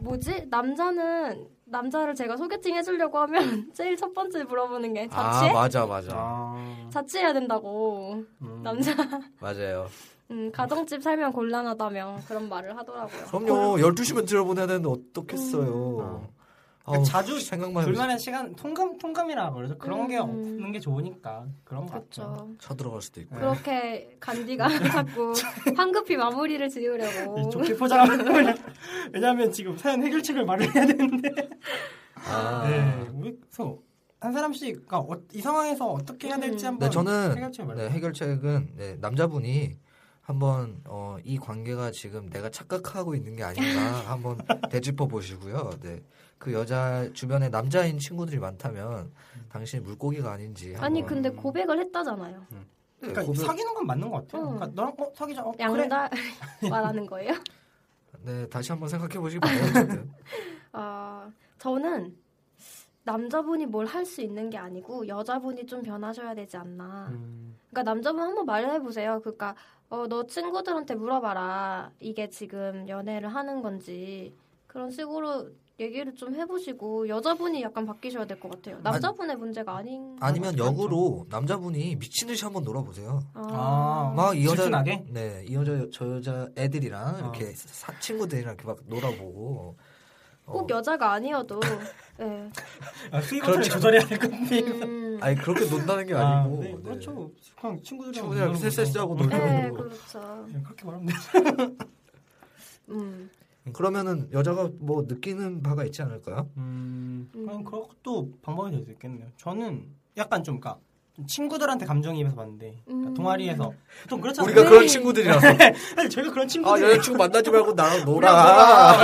뭐지? 남자는 남자를 제가 소개팅 해주려고 하면 *laughs* 제일 첫 번째 물어보는 게
아
자취해?
맞아 맞아
아,
자취해야 된다고
음.
남자.
맞아요.
음, 가정집 살면 곤란하다며 그런 말을 하더라고요.
그럼요. 12시면 들어보내야 되는데
음.
어떻겠어요. 아우,
그 자주
생각만 해도
둘만의 시간 통금 통금이라 그래서 그런 게
음.
없는 게 좋으니까 그런 것 같아요. 네.
그렇죠.
차 들어갈 수도 있고.
그렇게 간디가 *laughs*
*laughs*
자꾸 황급히 마무리를
이
지으려고
족지 포장하면 *laughs* 왜냐하면 지금 사연 해결책을 말을 해야 되는데
아.
네, 우리 그래서 한 사람씩 그러니까 어- 이 상황에서 어떻게 해야 될지
음.
한번
네, 저는
해결책을 말해.
네, 해결책은 네, 남자분이 한번 어, 이 관계가 지금 내가 착각하고 있는 게 아닌가
*laughs*
한번 되짚어 보시고요. 네. 그 여자 주변에 남자인 친구들이 많다면 당신이 물고기가 아닌지 한번
음.
아니 근데 고백을 했다잖아요.
네,
그러니까
고백-
사귀는 건 맞는 것 같아요.
음.
그러니까 너랑 어, 사귀자. 어, 그래.
양다 *laughs* 말하는 거예요?
네, 다시 한번 생각해 보시기 바래요.
*laughs*
어쨌든.
아 저는 남자분이 뭘 할 수 있는 게 아니고 여자분이 좀 변하셔야 되지 않나.
음.
그러니까 남자분 한번 말해 보세요. 그러니까 어, 너 친구들한테 물어봐라. 이게 지금 연애를 하는 건지 그런 식으로 얘기를 좀 해보시고 여자분이 약간 바뀌셔야 될 것 같아요. 남자분의 문제가 아닌 것
아니면
같아요. 그렇죠.
역으로 남자분이 미친 듯이 한번 놀아보세요.
아,
아,
막 이 여자
질투나게?
네, 이 여자 저 여자 애들이랑
어.
이렇게 사 친구들이랑 이렇게 막 놀아보고 어,
꼭 여자가 아니어도 네.
아, 그렇죠. 조절해야 될 건데.
음,
아니 그렇게 논다는 게
아,
아니고
네,
네.
그렇죠. 그냥 친구들이랑
친구들이랑
놀아보고.
셋셋하고
네,
놀고
그렇죠.
그냥 그렇게 말하면 돼.
음,
그러면은 여자가 뭐 느끼는 바가 있지 않을까요?
음, 그냥 그것도 방법이 될 수 있겠네요. 저는 약간 좀 그러니까 좀 친구들한테 감정이입해서 봤는데 그러니까
음.
동아리에서 보통 그렇잖아요.
우리가
네. *laughs*
그런 친구들이라서
사실 저희가 그런
아
친구들
여자친구 만나지 말고 나랑 놀아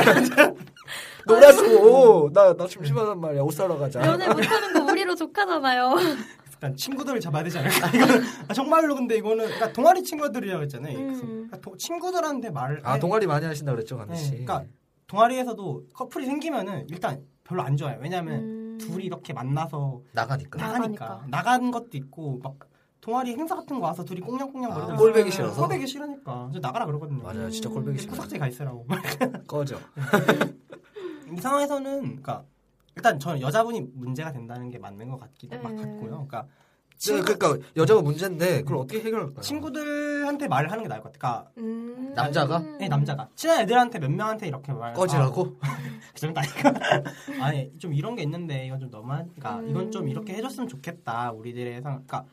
*laughs* 놀아줘 나 나 심심하단 말이야 옷 사러 가자
연애 못하는 거 우리로 족하잖아요.
일단 친구들을 잡아야 되지 않을까? 이거는 아, 정말로 근데 이거는 그러니까 동아리 친구들이라고 했잖아요.
음.
그래서 그러니까 도- 친구들한테 말을
아
해.
동아리 많이 하신다 그랬죠
네,
간디 씨
그러니까 동아리에서도 커플이 생기면은 일단 별로 안 좋아요. 왜냐하면
음.
네. 둘이 이렇게 만나서
나가니까
나가니까
나가니까.
나간 것도 있고 막 동아리 행사 같은 거 와서 뭐 둘이 꽁냥꽁냥
아,
거리고
꼴 보기
있으면
싫어서?
꼴 보기 싫으니까 이제 나가라 그러거든요.
맞아요 진짜 꼴보기
이제
싫어
구석지 가 있으라고. *laughs* 음.
꺼져
이 상황에서는 그러니까 일단 저는 여자분이 문제가 된다는 게 맞는 것 같기도 막
음.
같고요. 그러니까
네, 그러니까 여자가 문제인데 그걸 어떻게 해결할까요?
친구들한테 말을 하는 게 나을 것 같아. 그러니까
음.
남자가?
네, 남자가 친한 애들한테 몇 명한테 이렇게 말
꺼지라고
아, 그 정도 아니까 *laughs* 아니 좀 이런 게 있는데 이건 좀 너무한. 그러니까
음.
이건 좀 이렇게 해줬으면 좋겠다. 우리들의 상. 그러니까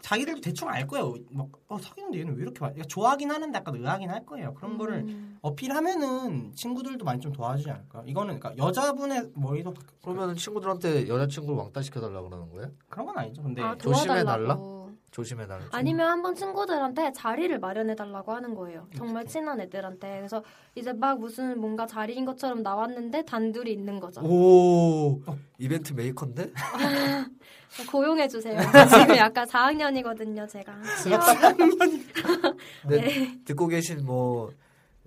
자기들도 대충 알 거예요. 막 어, 사귀는데 얘는 왜 이렇게 말? 그러니까 좋아하긴 하는데 약간 의아하긴 할 거예요. 그런 거를
음.
어필하면은 친구들도 많이 좀 도와주지 않을까? 이거는 그러니까 여자분의 머리도
그러면 친구들한테 여자친구를 왕따 시켜달라 그러는 거예요?
그런 건 아니죠. 근데
아,
조심해
도와달라고.
조심해 달라.
아니면 한번 친구들한테 자리를 마련해 달라고 하는 거예요. 정말 친한 애들한테. 그래서 이제 막 무슨 뭔가 자리인 것처럼 나왔는데 단둘이 있는 거죠.
오
어.
이벤트 메이커인데?
고용해 주세요. *laughs* 지금 약간 4학년이거든요, 제가.
네. 듣고 계신 뭐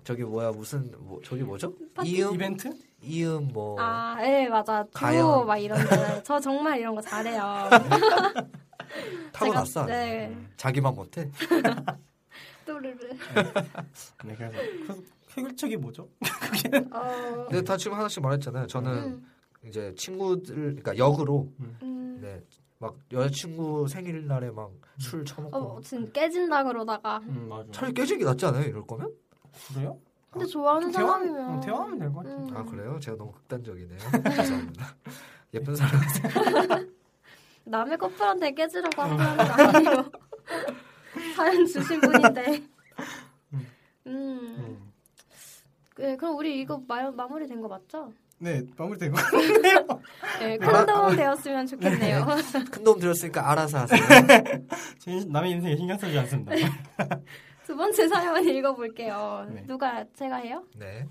저기 뭐야 무슨 뭐 저기 뭐죠? 이음
이벤트?
이음 뭐
아, 예, 맞아.
가연.
두오 막 이런 거. 저 정말 이런 거
*laughs*
잘해요.
타고났어.
제가-
음.
네.
자기만 못해.
또르르.
네, 그래서, 그래서 해결책이 뭐죠?
어.
근데 다 지금 하나씩 말했잖아요. 저는
음,
이제 친구들 그러니까 역으로
음.
네 막 여자친구 생일날에 막 술 처먹고
어, 지금 깨진다 그러다가.
음, 맞아.
차라리 깨지기 낫지 않아요? 이럴 거면?
그래요?
근데 좋아하는
어, 대화,
사람이면.
음, 대화하면 될 것 같아요.
음.
아 그래요? 제가 너무 극단적이네요. *laughs* 죄송합니다. 예쁜 사람. *laughs*
남의 커플한테 깨지라고 한 사람은 아니에요. *laughs* 사연 주신 분인데.
음.
음.
음.
예, 그럼 우리 이거 마, 마무리된 거 맞죠?
네, 마무리되고. 네.
예, 콘돔 되었으면 좋겠네요.
큰 도움 드렸으니까 알아서 하세요.
*laughs* 제 인- 남의 인생에 신경 쓰지 않습니다.
*laughs*
*laughs*
두 번째 사연 읽어볼게요.
네.
누가 제가 해요?
네.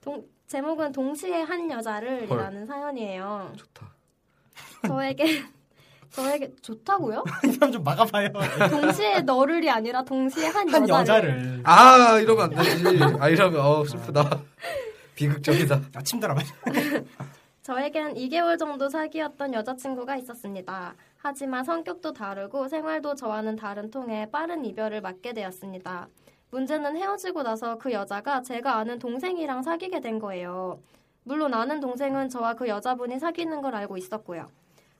동, 제목은 동시에 한
헐.
여자를이라는 사연이에요.
좋다.
저에게 저에게 좋다고요?
이 사람 좀 막아봐요.
동시에 너를이 아니라 동시에 한,
한
여자를.
*laughs* 여자를.
아 이러면 안 되지. 아 이러면 어 슬프다.
아.
비극적이다.
아침 드라마.
저에겐 2개월 정도 사귀었던 여자친구가 있었습니다. 하지만 성격도 다르고 생활도 저와는 다른 통에 빠른 이별을 맞게 되었습니다. 문제는 헤어지고 나서 그 여자가 제가 아는 동생이랑 사귀게 된 거예요. 물론 아는 동생은 저와 그 여자분이 사귀는 걸 알고 있었고요.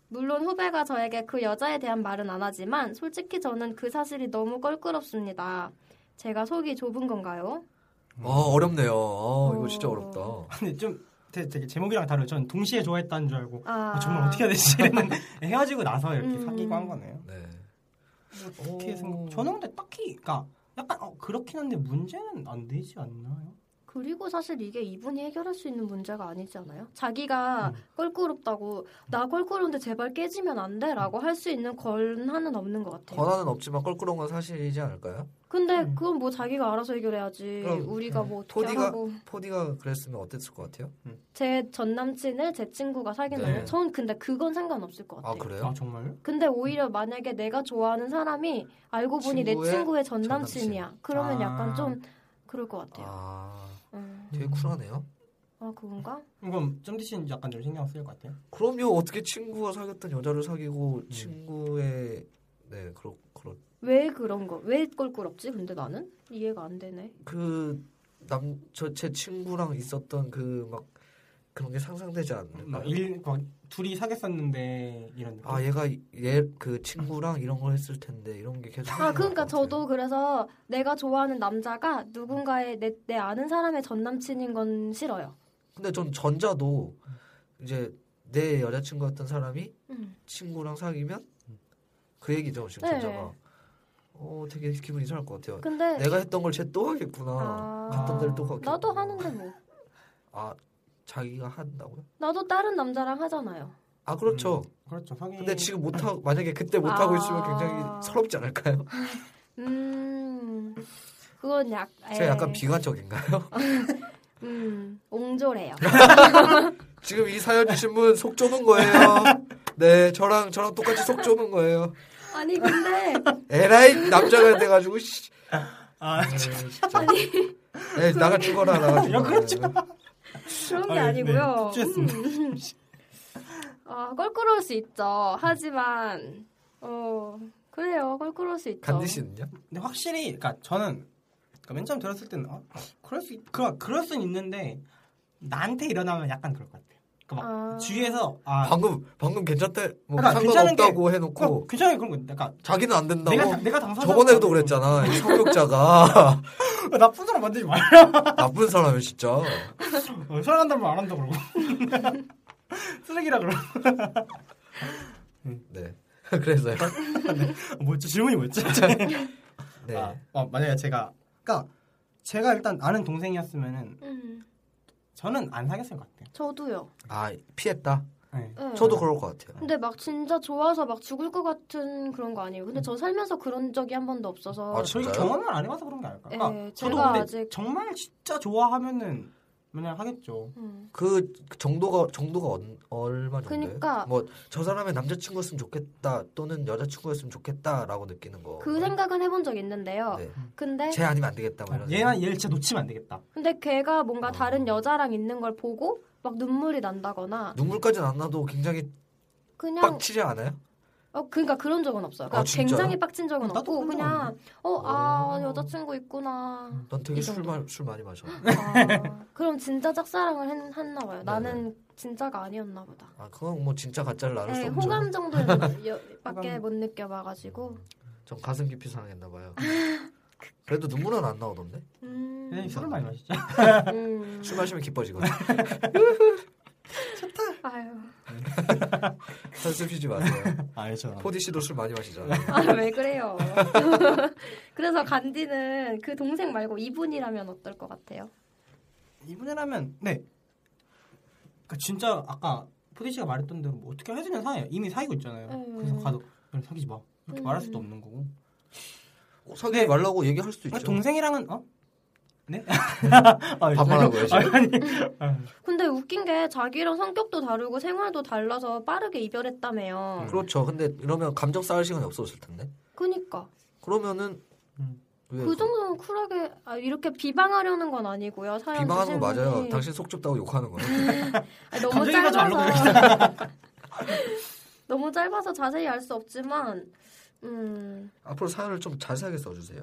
물론 후배가 저에게 그 여자에 대한 말은 안 하지만 솔직히 저는 그 사실이 너무 껄끄럽습니다. 제가 속이 좁은 건가요?
어 어렵네요. 어,
어.
이거 진짜 어렵다.
근데 좀 되게, 되게 제목이랑 다르죠. 저는 동시에 좋아했다는 줄 알고
아,
아, 정말 어떻게
*laughs*
해야 되지? 이랬는데 헤어지고 나서 이렇게
음.
사귀고 한 거네요.
네.
어떻게
오.
생각? 저는 근데 딱히 그러니까 약간 어, 그렇긴 한데 문제는 안 되지 않나요?
그리고 사실 이게 이분이 해결할 수 있는 문제가 아니지
음.
않아요? 자기가 껄끄럽다고 나 껄끄러운데 제발 깨지면 안 돼라고 할 수 있는 권한은 없는 것 같아요.
권한은 없지만 껄끄러운 건 사실이지 않을까요?
근데
음.
그건 뭐 자기가 알아서 해결해야지.
그럼, 음.
우리가 뭐 어떻게
토디가-
하고
포디가 그랬으면 어땠을 것 같아요?
제 전 남친을 제 친구가 사귄
네.
거예요. 전 근데 그건 상관없을 것
아
같아요.
그래요?
아 정말요?
근데 오히려 만약에 내가 좋아하는 사람이 알고 보니 내
친구의
친구의 전
전
남친이야. 그러면
아.
약간 좀 그럴 것 같아요. 아,
아
음.
되게 쿨하네요.
아 그건가?
이건 점디 씨는 약간 늘 신경 쓰일 것 같아요.
그럼요 어떻게 친구와 사귀었던 여자를 사귀고
음.
친구의 네 그렇 그렇
왜 그런 거? 왜 껄끄럽지? 근데 나는 이해가 안 되네.
그남 저 제 친구랑 있었던 그 막 그런 게 상상되지 않을까?
막
요
일, 막 둘이 사귀었었는데 이런 느낌.
네. 아 얘가 얘 그 친구랑 이런 걸 했을 텐데 이런 게 계속
아 그러니까
생각날 것 같아요.
저도 그래서 내가 좋아하는 남자가 누군가의 내, 내 아는 사람의 전 남친인 건 싫어요.
근데 전 전자도 이제 내 여자친구였던 사람이
음.
친구랑 사귀면 그 얘기죠 지금
네.
전자가 어 되게 기분 이상할 것 같아요.
근데
내가 했던 걸 쟤 또 하겠구나.
아.
갔던 데를 또 가겠구나.
나도 하는데 뭐
아 자기가 한다고요?
나도 다른 남자랑 하잖아요.
아 그렇죠.
그렇죠. 사귀.
근데 지금 못 하고 만약에 그때 못 하고
아.
있으면 굉장히 서럽지 않을까요?
음 그건 약
제가 약간
에이.
비관적인가요? *laughs*
음 옹졸해요.
지금 이 사연 주신 분 속 좁은 거예요.
*laughs*
네, 저랑 저랑 똑같이 속 좁은 거예요.
아니 근데
에라이 남자가 돼가지고 씨.
아,
네, 진짜. 네, 나가 죽어라 나가.
야, 그렇죠.
그런 게
아,
아,
네,
니고요
폭주했습니다.
아 껄끄러울 수 있죠. 하지만 어 그래요 껄끄러울 수 있죠.
간디 씨는요?
근데 확실히 그러니까 저는 그러니까 맨 처음 들었을 때는 어? 그럴 수 있- 그러, 그럴 수는 있는데 나한테 일어나면 약간 그럴 것 같아요. 그러니까 막
아,
주위에서 아
방금 방금 괜찮대 뭐
그러니까 괜찮은 게-
상관없다고
어,
해놓고
괜찮아요 그런 거. 그러니까
자기는 안 된다고.
내가 내가 당사자
저번에도 그랬잖아. 이
*laughs*
성욕자가
어, 나쁜 사람 만들지 말.
나쁜 사람이야 진짜.
어, 사랑한다는 말 안 한다 그러고 *laughs* 쓰레기라 그러고
네. *laughs* 그래서요.
어, 뭐였지 질문이 뭐였지?
*laughs* 네.
아, 어, 만약에 제가 그러니까 제가 일단 아는 동생이었으면은
음,
저는 안 사귀었을 것 같아요.
저도요.
아 피했다.
네.
네.
저도 그럴 것 같아요.
근데 막 진짜 좋아서 막 죽을 것 같은 그런 거 아니에요. 근데 저 살면서 그런 적이 한 번도 없어서
아,
저희
진짜요?
경험을 안 해봐서 그런 게 아닐까.
예,
그러니까 저도
제가
근데
아직-
정말 진짜 좋아하면은 그냥 하겠죠.
음.
그 정도가 정도가 얼- 얼마 정도예요?
그러니까-
뭐 저 사람의 남자친구였으면 좋겠다 또는 여자친구였으면 좋겠다라고 느끼는 거.
그 생각은 해본 적 있는데요.
네.
근데
쟤 아니면 안 되겠다 뭐 이런.
얘는 얘를 진짜 놓치면 안 되겠다.
근데 걔가 뭔가
어.
다른 여자랑 있는 걸 보고 막 눈물이 난다거나
눈물까지는 안 나도 굉장히
그냥
빡치지 않아요?
어 그러니까 그런 적은 없어요.
아,
그러니까
진짜요?
굉장히 빡친 적은
나도
없고
그런 적
그냥 어 아
오.
여자친구 있구나.
넌 되게
이
술
정도.
마- 술 많이 마셔.
아, 그럼 진짜 짝사랑을 했, 했나 봐요. 나는 진짜가 아니었나 보다.
아 그건 뭐 진짜 가짜를 나눌
네,
수 없죠.
호감 정도밖에
호감.
못 느껴봐가지고.
전 가슴 깊이 상했나 봐요. 그래도 눈물은 안 나오던데.
음,
얘는 술을 많이 마시죠.
음.
술 마시면 기뻐지거든.
아유,
선수 피지 마세요.
아, 그렇죠.
포디 씨도 술 많이 마시잖아요.
아, 왜 그래요? *laughs* 그래서 간디는 그 동생 말고 이분이라면 어떨 것 같아요?
이분이라면 네. 그러니까 진짜 아까 포디 씨가 말했던 대로 뭐 어떻게 해주는 사이예요. 이미 사귀고 있잖아요.
음.
그래서 가도 그냥 사귀지 마. 이렇게
음.
말할 수도 없는 거고.
어, 사귀지 말라고 얘기할 수도
아,
있죠.
동생이랑은 어? 네?
음.
*laughs*
반말하고요, 지금?
아니,
근데 웃긴 게 자기랑 성격도 다르고 생활도 달라서 빠르게 이별했다며요.
그렇죠. 근데 이러면 감정 쌓을 시간이 없어질 텐데.
그니까
그러면은
음.
왜
그 정도는 쿨하게 아, 이렇게 비방하려는 건 아니고요. 사연
비방하는 거
주신 분이.
맞아요. 당신 속 좁다고 욕하는 거예요.
아니, 너무
감정이가 잘
*laughs* 짧아서 너무 짧아서 자세히 알 수 없지만 음.
앞으로 사연을 좀 자세하게 써주세요.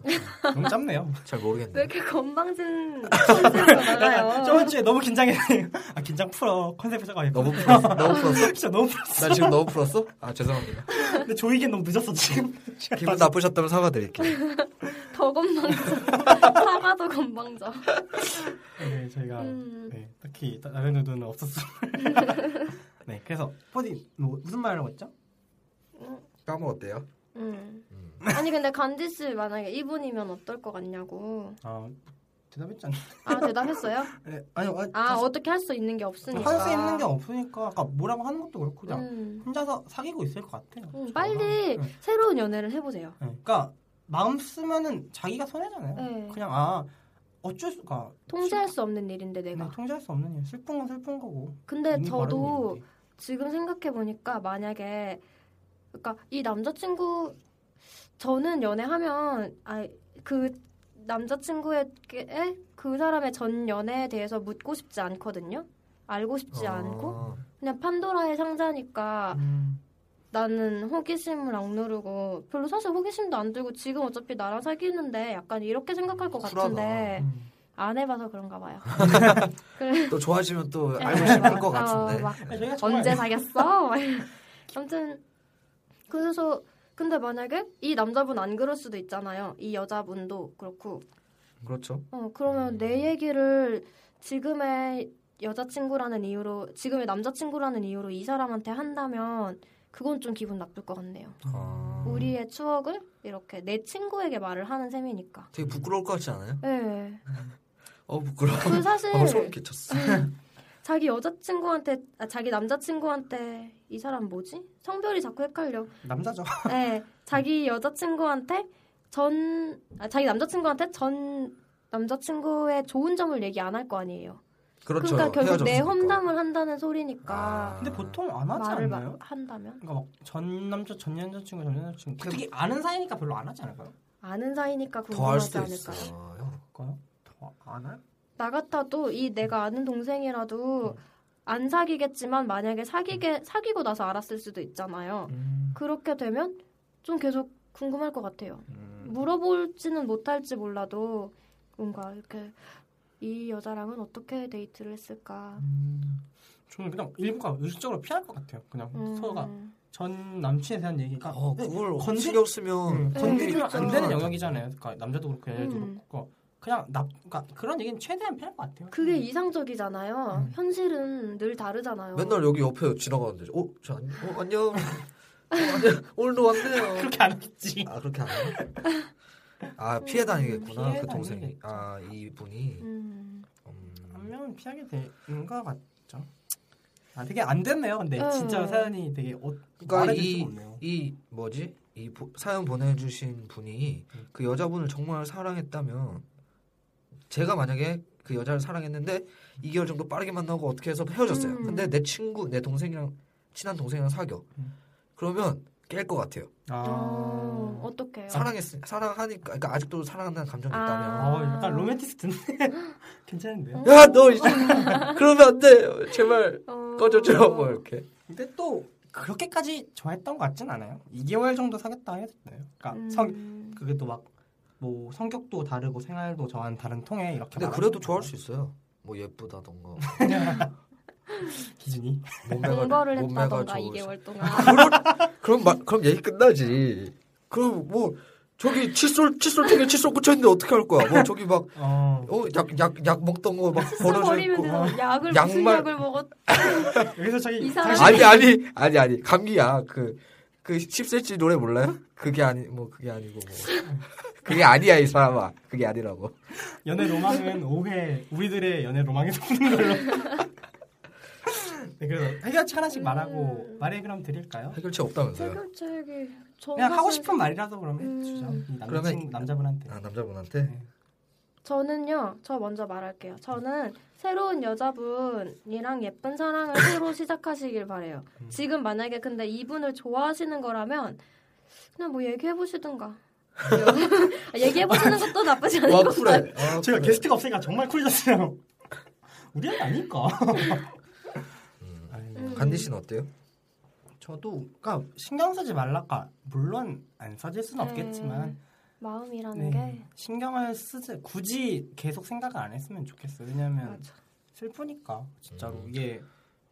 너무 짧네요.
잘
왜
모르겠네요.
이렇게
*laughs*
건방진 컨셉으로 나가요?
*laughs* 저번 주에 너무 긴장했네요. 아 긴장 풀어 컨셉 잡아야
너무 풀었어? 너무 풀었어?
*laughs* 진짜 너무 풀었어.
나 지금 너무 풀었어? 아 죄송합니다.
근데 조이기 너무 늦었어 지금.
기분 나쁘셨다면 사과드릴게요.
더
*laughs*
건방져. 사과도 건방져.
네 저희가
음.
네, 딱히 다- 다른 의도는 없었어.
*laughs*
네 그래서 포디 뭐, 무슨 말을 하고 있죠?
까먹었대요.
음.
음.
아니 근데 간디 씨 만약에 이분이면 어떨 것 같냐고.
아 대답했지 않나? *laughs*
아 대답했어요?
네, 아니요. 아,
아
다시-
어떻게 할 수 있는 게 없으니까.
할수 있는 게 없으니까 아까 뭐라고 하는 것도 그렇고 그냥
음.
혼자서 사귀고 있을 것 같아요.
음,
저랑.
빨리
네.
새로운 연애를 해보세요.
그러니까 마음 쓰면은 자기가 손해잖아요.
네.
그냥 아 어쩔 수가
통제할 수 없는 일인데
네,
내가.
통제할 수 없는 일. 슬픈 건 슬픈 거고.
근데
있는 바람이
저도
있는데. 음,
지금 생각해 보니까 만약에 그러니까 이 남자친구 저는 연애하면 아그 남자친구에게 그 사람의 전 연애에 대해서 묻고 싶지 않거든요. 알고 싶지
어,
않고 그냥 판도라의 상자니까
음,
나는 호기심을 억누르고 별로 사실 호기심도 안 들고 지금 어차피 나랑 사귀는데 약간 이렇게 생각할 것
쿨하다.
같은데
음.
안 해봐서 그런가 봐요.
또 좋아지면 또 알고 싶을 것
어,
같은데. 네.
막
아니, 네, 저희가 정말
언제 사귀었어? 아무튼 그래서 근데 만약에 이 남자분 안 그럴 수도 있잖아요. 이 여자분도 그렇고.
그렇죠.
어
음.
그러면 내 얘기를 지금의 여자친구라는 이유로 지금의 남자친구라는 이유로 이 사람한테 한다면 그건 좀 기분 나쁠 것 같네요.
아,
우리의 추억을 이렇게 내 친구에게 말을 하는 셈이니까.
되게 부끄러울 것 같지 않아요?
예. 네.
어 부끄러워. *laughs*
아,
그 사실
어, 소름 끼쳤어.
자기 여자친구한테 아, 자기 남자친구한테 이 사람 뭐지? 성별이 자꾸 헷갈려.
남자죠.
네, 자기 여자친구한테 전 아, 자기 남자친구한테 전 남자친구의 좋은 점을 얘기 안 할 거 아니에요.
그렇죠.
러니까 결국 내
헤어졌으니까.
험담을 한다는 소리니까
아.
근데 보통 안 하지
말을 막
않나요?
한다면
그러니까 막 전 남자 전 여자친구 전 여자친구 특히 그 아는 사이니까 별로 안 하지 않을까요?
아는 사이니까
더 할
궁금하지
수도
않을까요?
있어요.
그럴까요? 더안 할?
나 같아도 이 내가 아는
음.
동생이라도 안 사귀겠지만 만약에 사귀게 사귀고 나서 알았을 수도 있잖아요.
음.
그렇게 되면 좀 계속 궁금할 것 같아요.
음.
물어볼지는 못할지 몰라도 뭔가 이렇게 이 여자랑은 어떻게 데이트를 했을까?
저는 그냥 일부가 의식적으로 피할 것 같아요. 그냥
음,
서로가 전 남친에 대한 얘기가
어 네. 그걸
건드-
신경 쓰면
음, 건드리면
그렇죠.
안 되는 영역이잖아요. 그러니까 남자도 그렇고 여자도
음.
그렇고 그냥 나 그러니까 그런 얘기는 최대한 피할 것 같아요.
그게 이상적이잖아요.
음.
현실은 늘 다르잖아요.
맨날 여기 옆에 지나가는데 어저 어, 안녕 어, 안녕 오늘도 왔네요.
*laughs* 그렇게 안 하겠지.
아 그렇게 안 해요? 아 피해 다니겠구나
피해
그 동생이
다니겠죠.
아 이분이
음.
한
음,
명은 피하게 되는 것 같죠. 아 되게 안 됐네요. 근데
음.
진짜 사연이 되게 어,
그러니까
말해줄
이-
수가 없네요.
이 뭐지 이 보- 사연 보내주신 분이
음.
그 여자분을 정말 사랑했다면 제가 만약에 그 여자를 사랑했는데 2개월 정도 빠르게 만나고 어떻게 해서 헤어졌어요.
음.
근데 내 친구 내 동생이랑 친한 동생이랑 사겨
음.
그러면 깰 것 같아요.
어,
아,
어떡해요?
사랑했으 사랑하니까 그러니까 아직도 사랑한다는 감정이
아.
있다면
어, 약간 로맨티스트인데 *laughs* 괜찮은데요?
야 너 이제 *laughs* 그러면 안돼 제발
어.
꺼져줘 뭐 이렇게
근데 또 그렇게까지 좋아했던 것 같진 않아요. 2개월 정도 사귀었다 해줬어요. 그러니까
음.
성 그게 또 막 뭐 성격도 다르고 생활도 저와는 다른 통에 이렇게
근데 그래도 좋아할 수 있어요.
*laughs*
뭐 예쁘다던가
있어 *laughs* 기준이
동거를
몸매가
했다던가
좋으시-
2개월 동안. *laughs*
그럼 마, 그럼 얘기 끝나지. 그럼 뭐 저기 칫솔 칫솔통에 칫솔 꽂혔는데 어떻게 할 거야? 뭐 저기
어
막어약약약 먹던 거 막 버려져
버리면
있고.
돼서 약을 무슨
양말-
약을 먹었?
여기서
*laughs*
자기
이상한-
자신-
아니 아니 아니 아니 감기야 그 그 10cm 노래 몰라요? 그게 아니 뭐 그게 아니고 뭐 그게 아니야 이 사람아 그게 아니라고
연애 로망은 5회 우리들의 연애 로망이 속는 걸로 *laughs* 네, 그래서 해결책 하나씩 말하고
음.
말해 그럼 드릴까요?
해결책 없다면서요?
해결책이
그냥 하고
사실-
싶은 말이라도 그러면 해주죠
음.
이 남친
그러면-
남자분한테
아 남자분한테
저는요, 저 먼저 말할게요. 저는 새로운 여자분이랑 예쁜 사랑을 새로 *laughs* 시작하시길 바래요.
음.
지금 만약에 근데 이분을 좋아하시는 거라면 그냥 뭐 얘기해
*laughs*
보시든가. *laughs* 얘기해 보시는 것도 나쁘지 않을
와
것 같아요.
쿨해 아,
제가
쿨해.
게스트가 없으니까 정말 쿨해졌어요 *laughs* 우리한테 아닐까
음.
아이고.
음.
간디 씨는 어때요?
저도 그러니까 신경 쓰지 말라까 물론 안 써질 수는
네.
없겠지만
마음이라는
네,
게
신경을 쓰지 굳이 계속 생각을 안 했으면 좋겠어요. 왜냐하면
맞아.
슬프니까 진짜로
음.
이게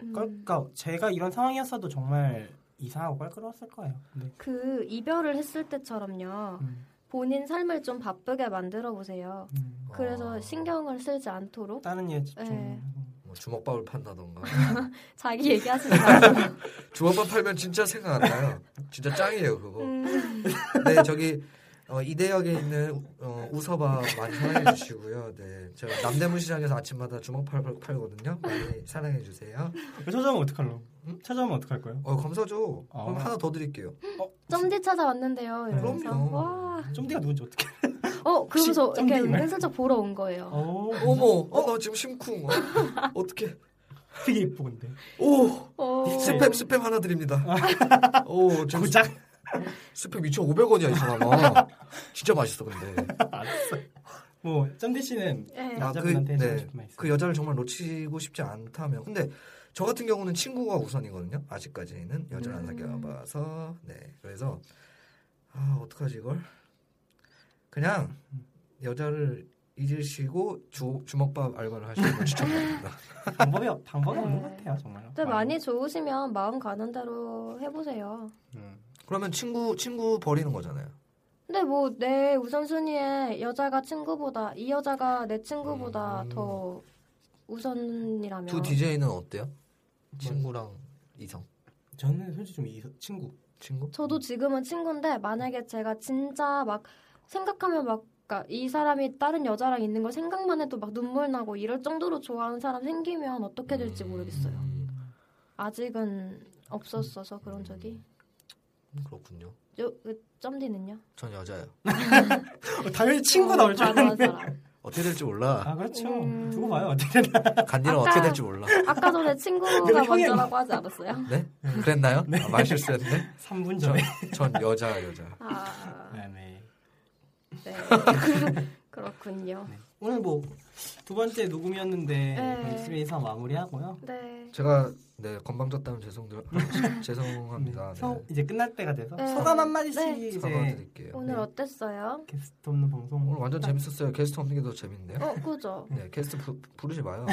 음.
그러니까 제가 이런 상황이었어도 정말 이상하고 껄끄러웠을 거예요. 네.
그 이별을 했을 때처럼요.
음,
본인 삶을 좀 바쁘게 만들어 보세요.
음.
그래서
아.
신경을 쓰지 않도록
다른 예 집중.
네.
뭐 주먹밥을 판다던가
자기 얘기하지 마세요.
*laughs* 주먹밥 팔면 진짜 생각 안 나요. 진짜 짱이에요 그거.
음,
네 저기 어, 이대역에 있는 어, 우서밥 많이 사랑해 주시고요. 네 제가 남대문 시장에서 아침마다 주먹밥 팔- 팔거든요. 많이 사랑해 주세요.
찾아오면 어떡할로?
음?
찾아오면 어떡할 거예요?
어 검사죠.
아. 네.
그럼 하나 더 드릴게요.
점디 찾아왔는데요. 이러면서
그럼요.
와,
좀비가 음. 누군지 어떻게?
어 그러면서
혹시
이렇게
점디인가요?
은근슬쩍 보러 온 거예요.
어,
어머, 어, 나 지금 심쿵. 어, 어떻게?
되게 이쁘 근데.
오,
어,
스팸 스팸 하나
*laughs*
드립니다. 오, 지금
고작
스팸 2,500원이야 이 사람아. 진짜 맛있어 근데.
뭐 짬디 씨는
네.
아, 그,
남자분한테 해주고
네.
싶은 말 있어요?
그 여자를 정말 놓치고 싶지 않다면 근데 저 같은 경우는 친구가 우선이거든요 아직까지는 여자를 안
음.
사귀어봐서 네 그래서 아 어떡하지 이걸 그냥 여자를 잊으시고 주, 주먹밥 알바를 하시는 걸 추천드립니다
*laughs*
방법이 없- 방법이
네.
없는 것 같아요 정말.
근데 많이 좋으시면 마음 가는 대로 해보세요.
음.
그러면 친구 친구 버리는 거잖아요
근데 뭐 내 우선순위에 여자가 친구보다 이 여자가 내 친구보다
음.
더 우선이라면 뭐
두 DJ는 어때요? 친구랑 이성
저는 솔직히 좀 이 친구.
친구?
저도 지금은 친구인데 만약에 제가 진짜 막 생각하면 막 그러니까 이 사람이 다른 여자랑 있는 걸 생각만 해도 막 눈물 나고 이럴 정도로 좋아하는 사람 생기면 어떻게 될지 모르겠어요.
음,
아직은 없었어서 그런 적이.
그렇군요
요, 그 점디는요? 어,
전 여자예요 어,
당연히 친구 나올 줄.
다른 사람.
어떻게 될지 몰라
아 그렇죠.
음.
두고 봐요 어떻게 *laughs* 되나.
간디는
아까-
어떻게 될지 몰라
아까 전에 친구가
형이
먼저라고 하지 않았어요?
네? 그랬나요?
네.
아, 말실수였네
3분 전에.
전 여자 여자.
아,
네, 네.
네. *laughs* 그렇군요.
오늘 뭐 두 번째 녹음이었는데
네.
그럼 이쯤에서 마무리하고요.
네.
제가 네 건방졌다면 죄송들 죄송합니다. 네.
음, 서, 이제 끝날 때가 돼서
네.
소감 한 마디씩
네.
이제
사과드릴게요. 네.
오늘
네.
어땠어요?
게스트 없는 방송.
오늘 완전 재밌었어요. 게스트 없는 게 더 재밌네요.
어, 그죠?
네, 게스트 부, 부르지 *laughs* 마요.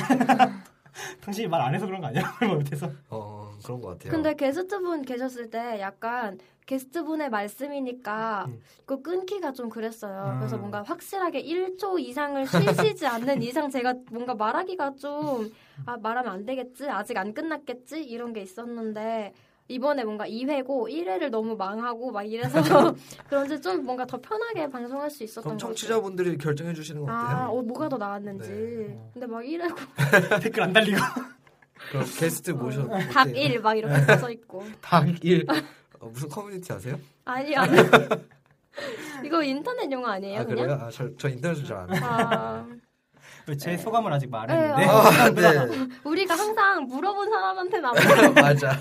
당신이 말 안 해서 그런 거 아니야? *laughs* 뭐 못해서.
어 그런 것 같아요.
근데 게스트분 계셨을 때 약간 게스트분의 말씀이니까
음.
그 끊기가 좀 그랬어요.
음.
그래서 뭔가 확실하게 1초 이상을 쉬시지
*laughs*
않는 이상 제가 뭔가 말하기가
음.
좀 아, 말하면 안 되겠지? 아직 안 끝났겠지? 이런 게 있었는데 이번에 뭔가 2회고 1회를 너무 망하고 막 이래서
*laughs*
*laughs* 그런지 좀 뭔가 더 편하게 방송할 수 있었던
그럼
것 같아요.
청취자분들이 결정해 주시는 건 어때요?
아, 어, 뭐가 더 나았는지.
네.
근데 막 1회고
댓글 안 달리고.
그럼 게스트 모셔. 어때요?
*laughs* 닭1 막 이렇게
네.
써져 있고.
*laughs* 닭일. 어, 무슨 커뮤니티 아세요?
아니요,
*laughs*
아니요. 이거 인터넷 용어 아니에요,
아
그냥?
그래요? 아, 저, 저 인터넷을 잘안 해요.
아,
제 소감을 아직 말
네,
안 했는데.
어.
아, 네.
우리가 항상 물어본 사람한테
*laughs*
나.
맞아.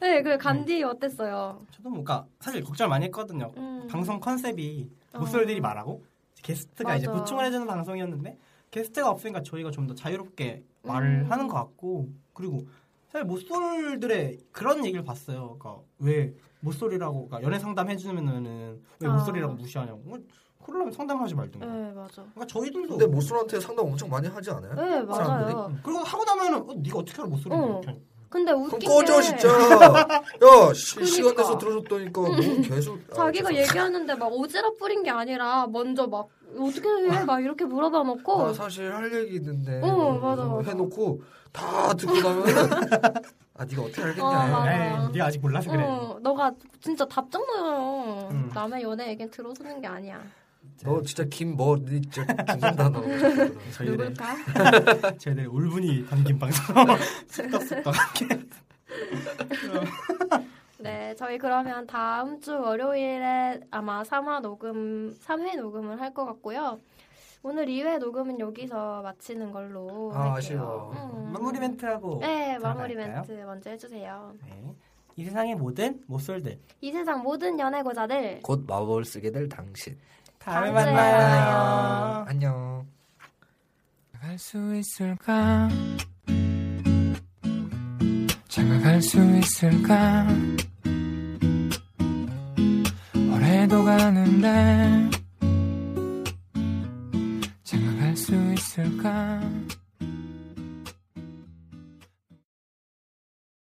네, 그 간디
음.
어땠어요?
저도 뭔가 사실 걱정 을 많이 했거든요.
음.
방송 컨셉이
어.
목소리들이 말하고 게스트가 이제
맞아.
보충을 해주는 방송이었는데 게스트가 없으니까 저희가 좀 더 자유롭게 말을
음.
하는 것 같고 그리고 사실 모쏠들의 그런 얘기를 봤어요. 그러니까 왜 모쏠이라고 그러니까 연애 상담 해주면은 왜
아.
모쏠이라고 무시하냐고. 뭐, 그러려면 상담하지 말든가.
네, 맞아.
그러니까 저희들도
근데 모쏠한테 상담 엄청 많이 하지 않아요?
네, 맞아요.
음. 그리고 하고 나면은 어, 네가 어떻게 알아 모쏠이
어.
이렇게 하냐.
근데 웃긴
그럼
게
꺼져 진짜. 야 시,
그러니까.
시간 내서 들어줬다니까 뭐 계속. 아,
자기가
죄송합니다.
얘기하는데 막 오지랖 뿌린 게 아니라 먼저 막 어떻게 해? 막 이렇게 물어봐 놓고
나 아. 사실 할 얘기 있는데. 뭐
어, 맞아, 맞아.
해놓고 다 듣고 나면 *laughs* 아 네가 어떻게 알겠냐.
어, 맞아.
에이, 네가 아직 몰라서 그래.
어, 너가 진짜 답장 넣어요.
음.
남의 연애 얘기 들어서는 게 아니야.
너 진짜 김뭐 네 진짜 죽는다 *laughs* 너.
저희들의
누굴까?
저희들의 울분이 담긴 방송. 쑥덕쑥덕 함께.
네, 저희 그러면 다음 주 월요일에 아마 3화 녹음, 3회 녹음을 할 것 같고요. 오늘 2회 녹음은 여기서 마치는 걸로
아,
할게요. 음.
아쉬워.
마무리 멘트하고.
네, 마무리
들어갈까요?
멘트 먼저 해주세요.
네. 이 세상의 모든 모쏠들
이 세상 모든 연애고자들
곧 마법을 쓰게 될 당신.
다음에
다음에
아.
만나요.
안녕.
할 수 있을까 할 수 있을까 올해도 가는데 장가갈 수 있을까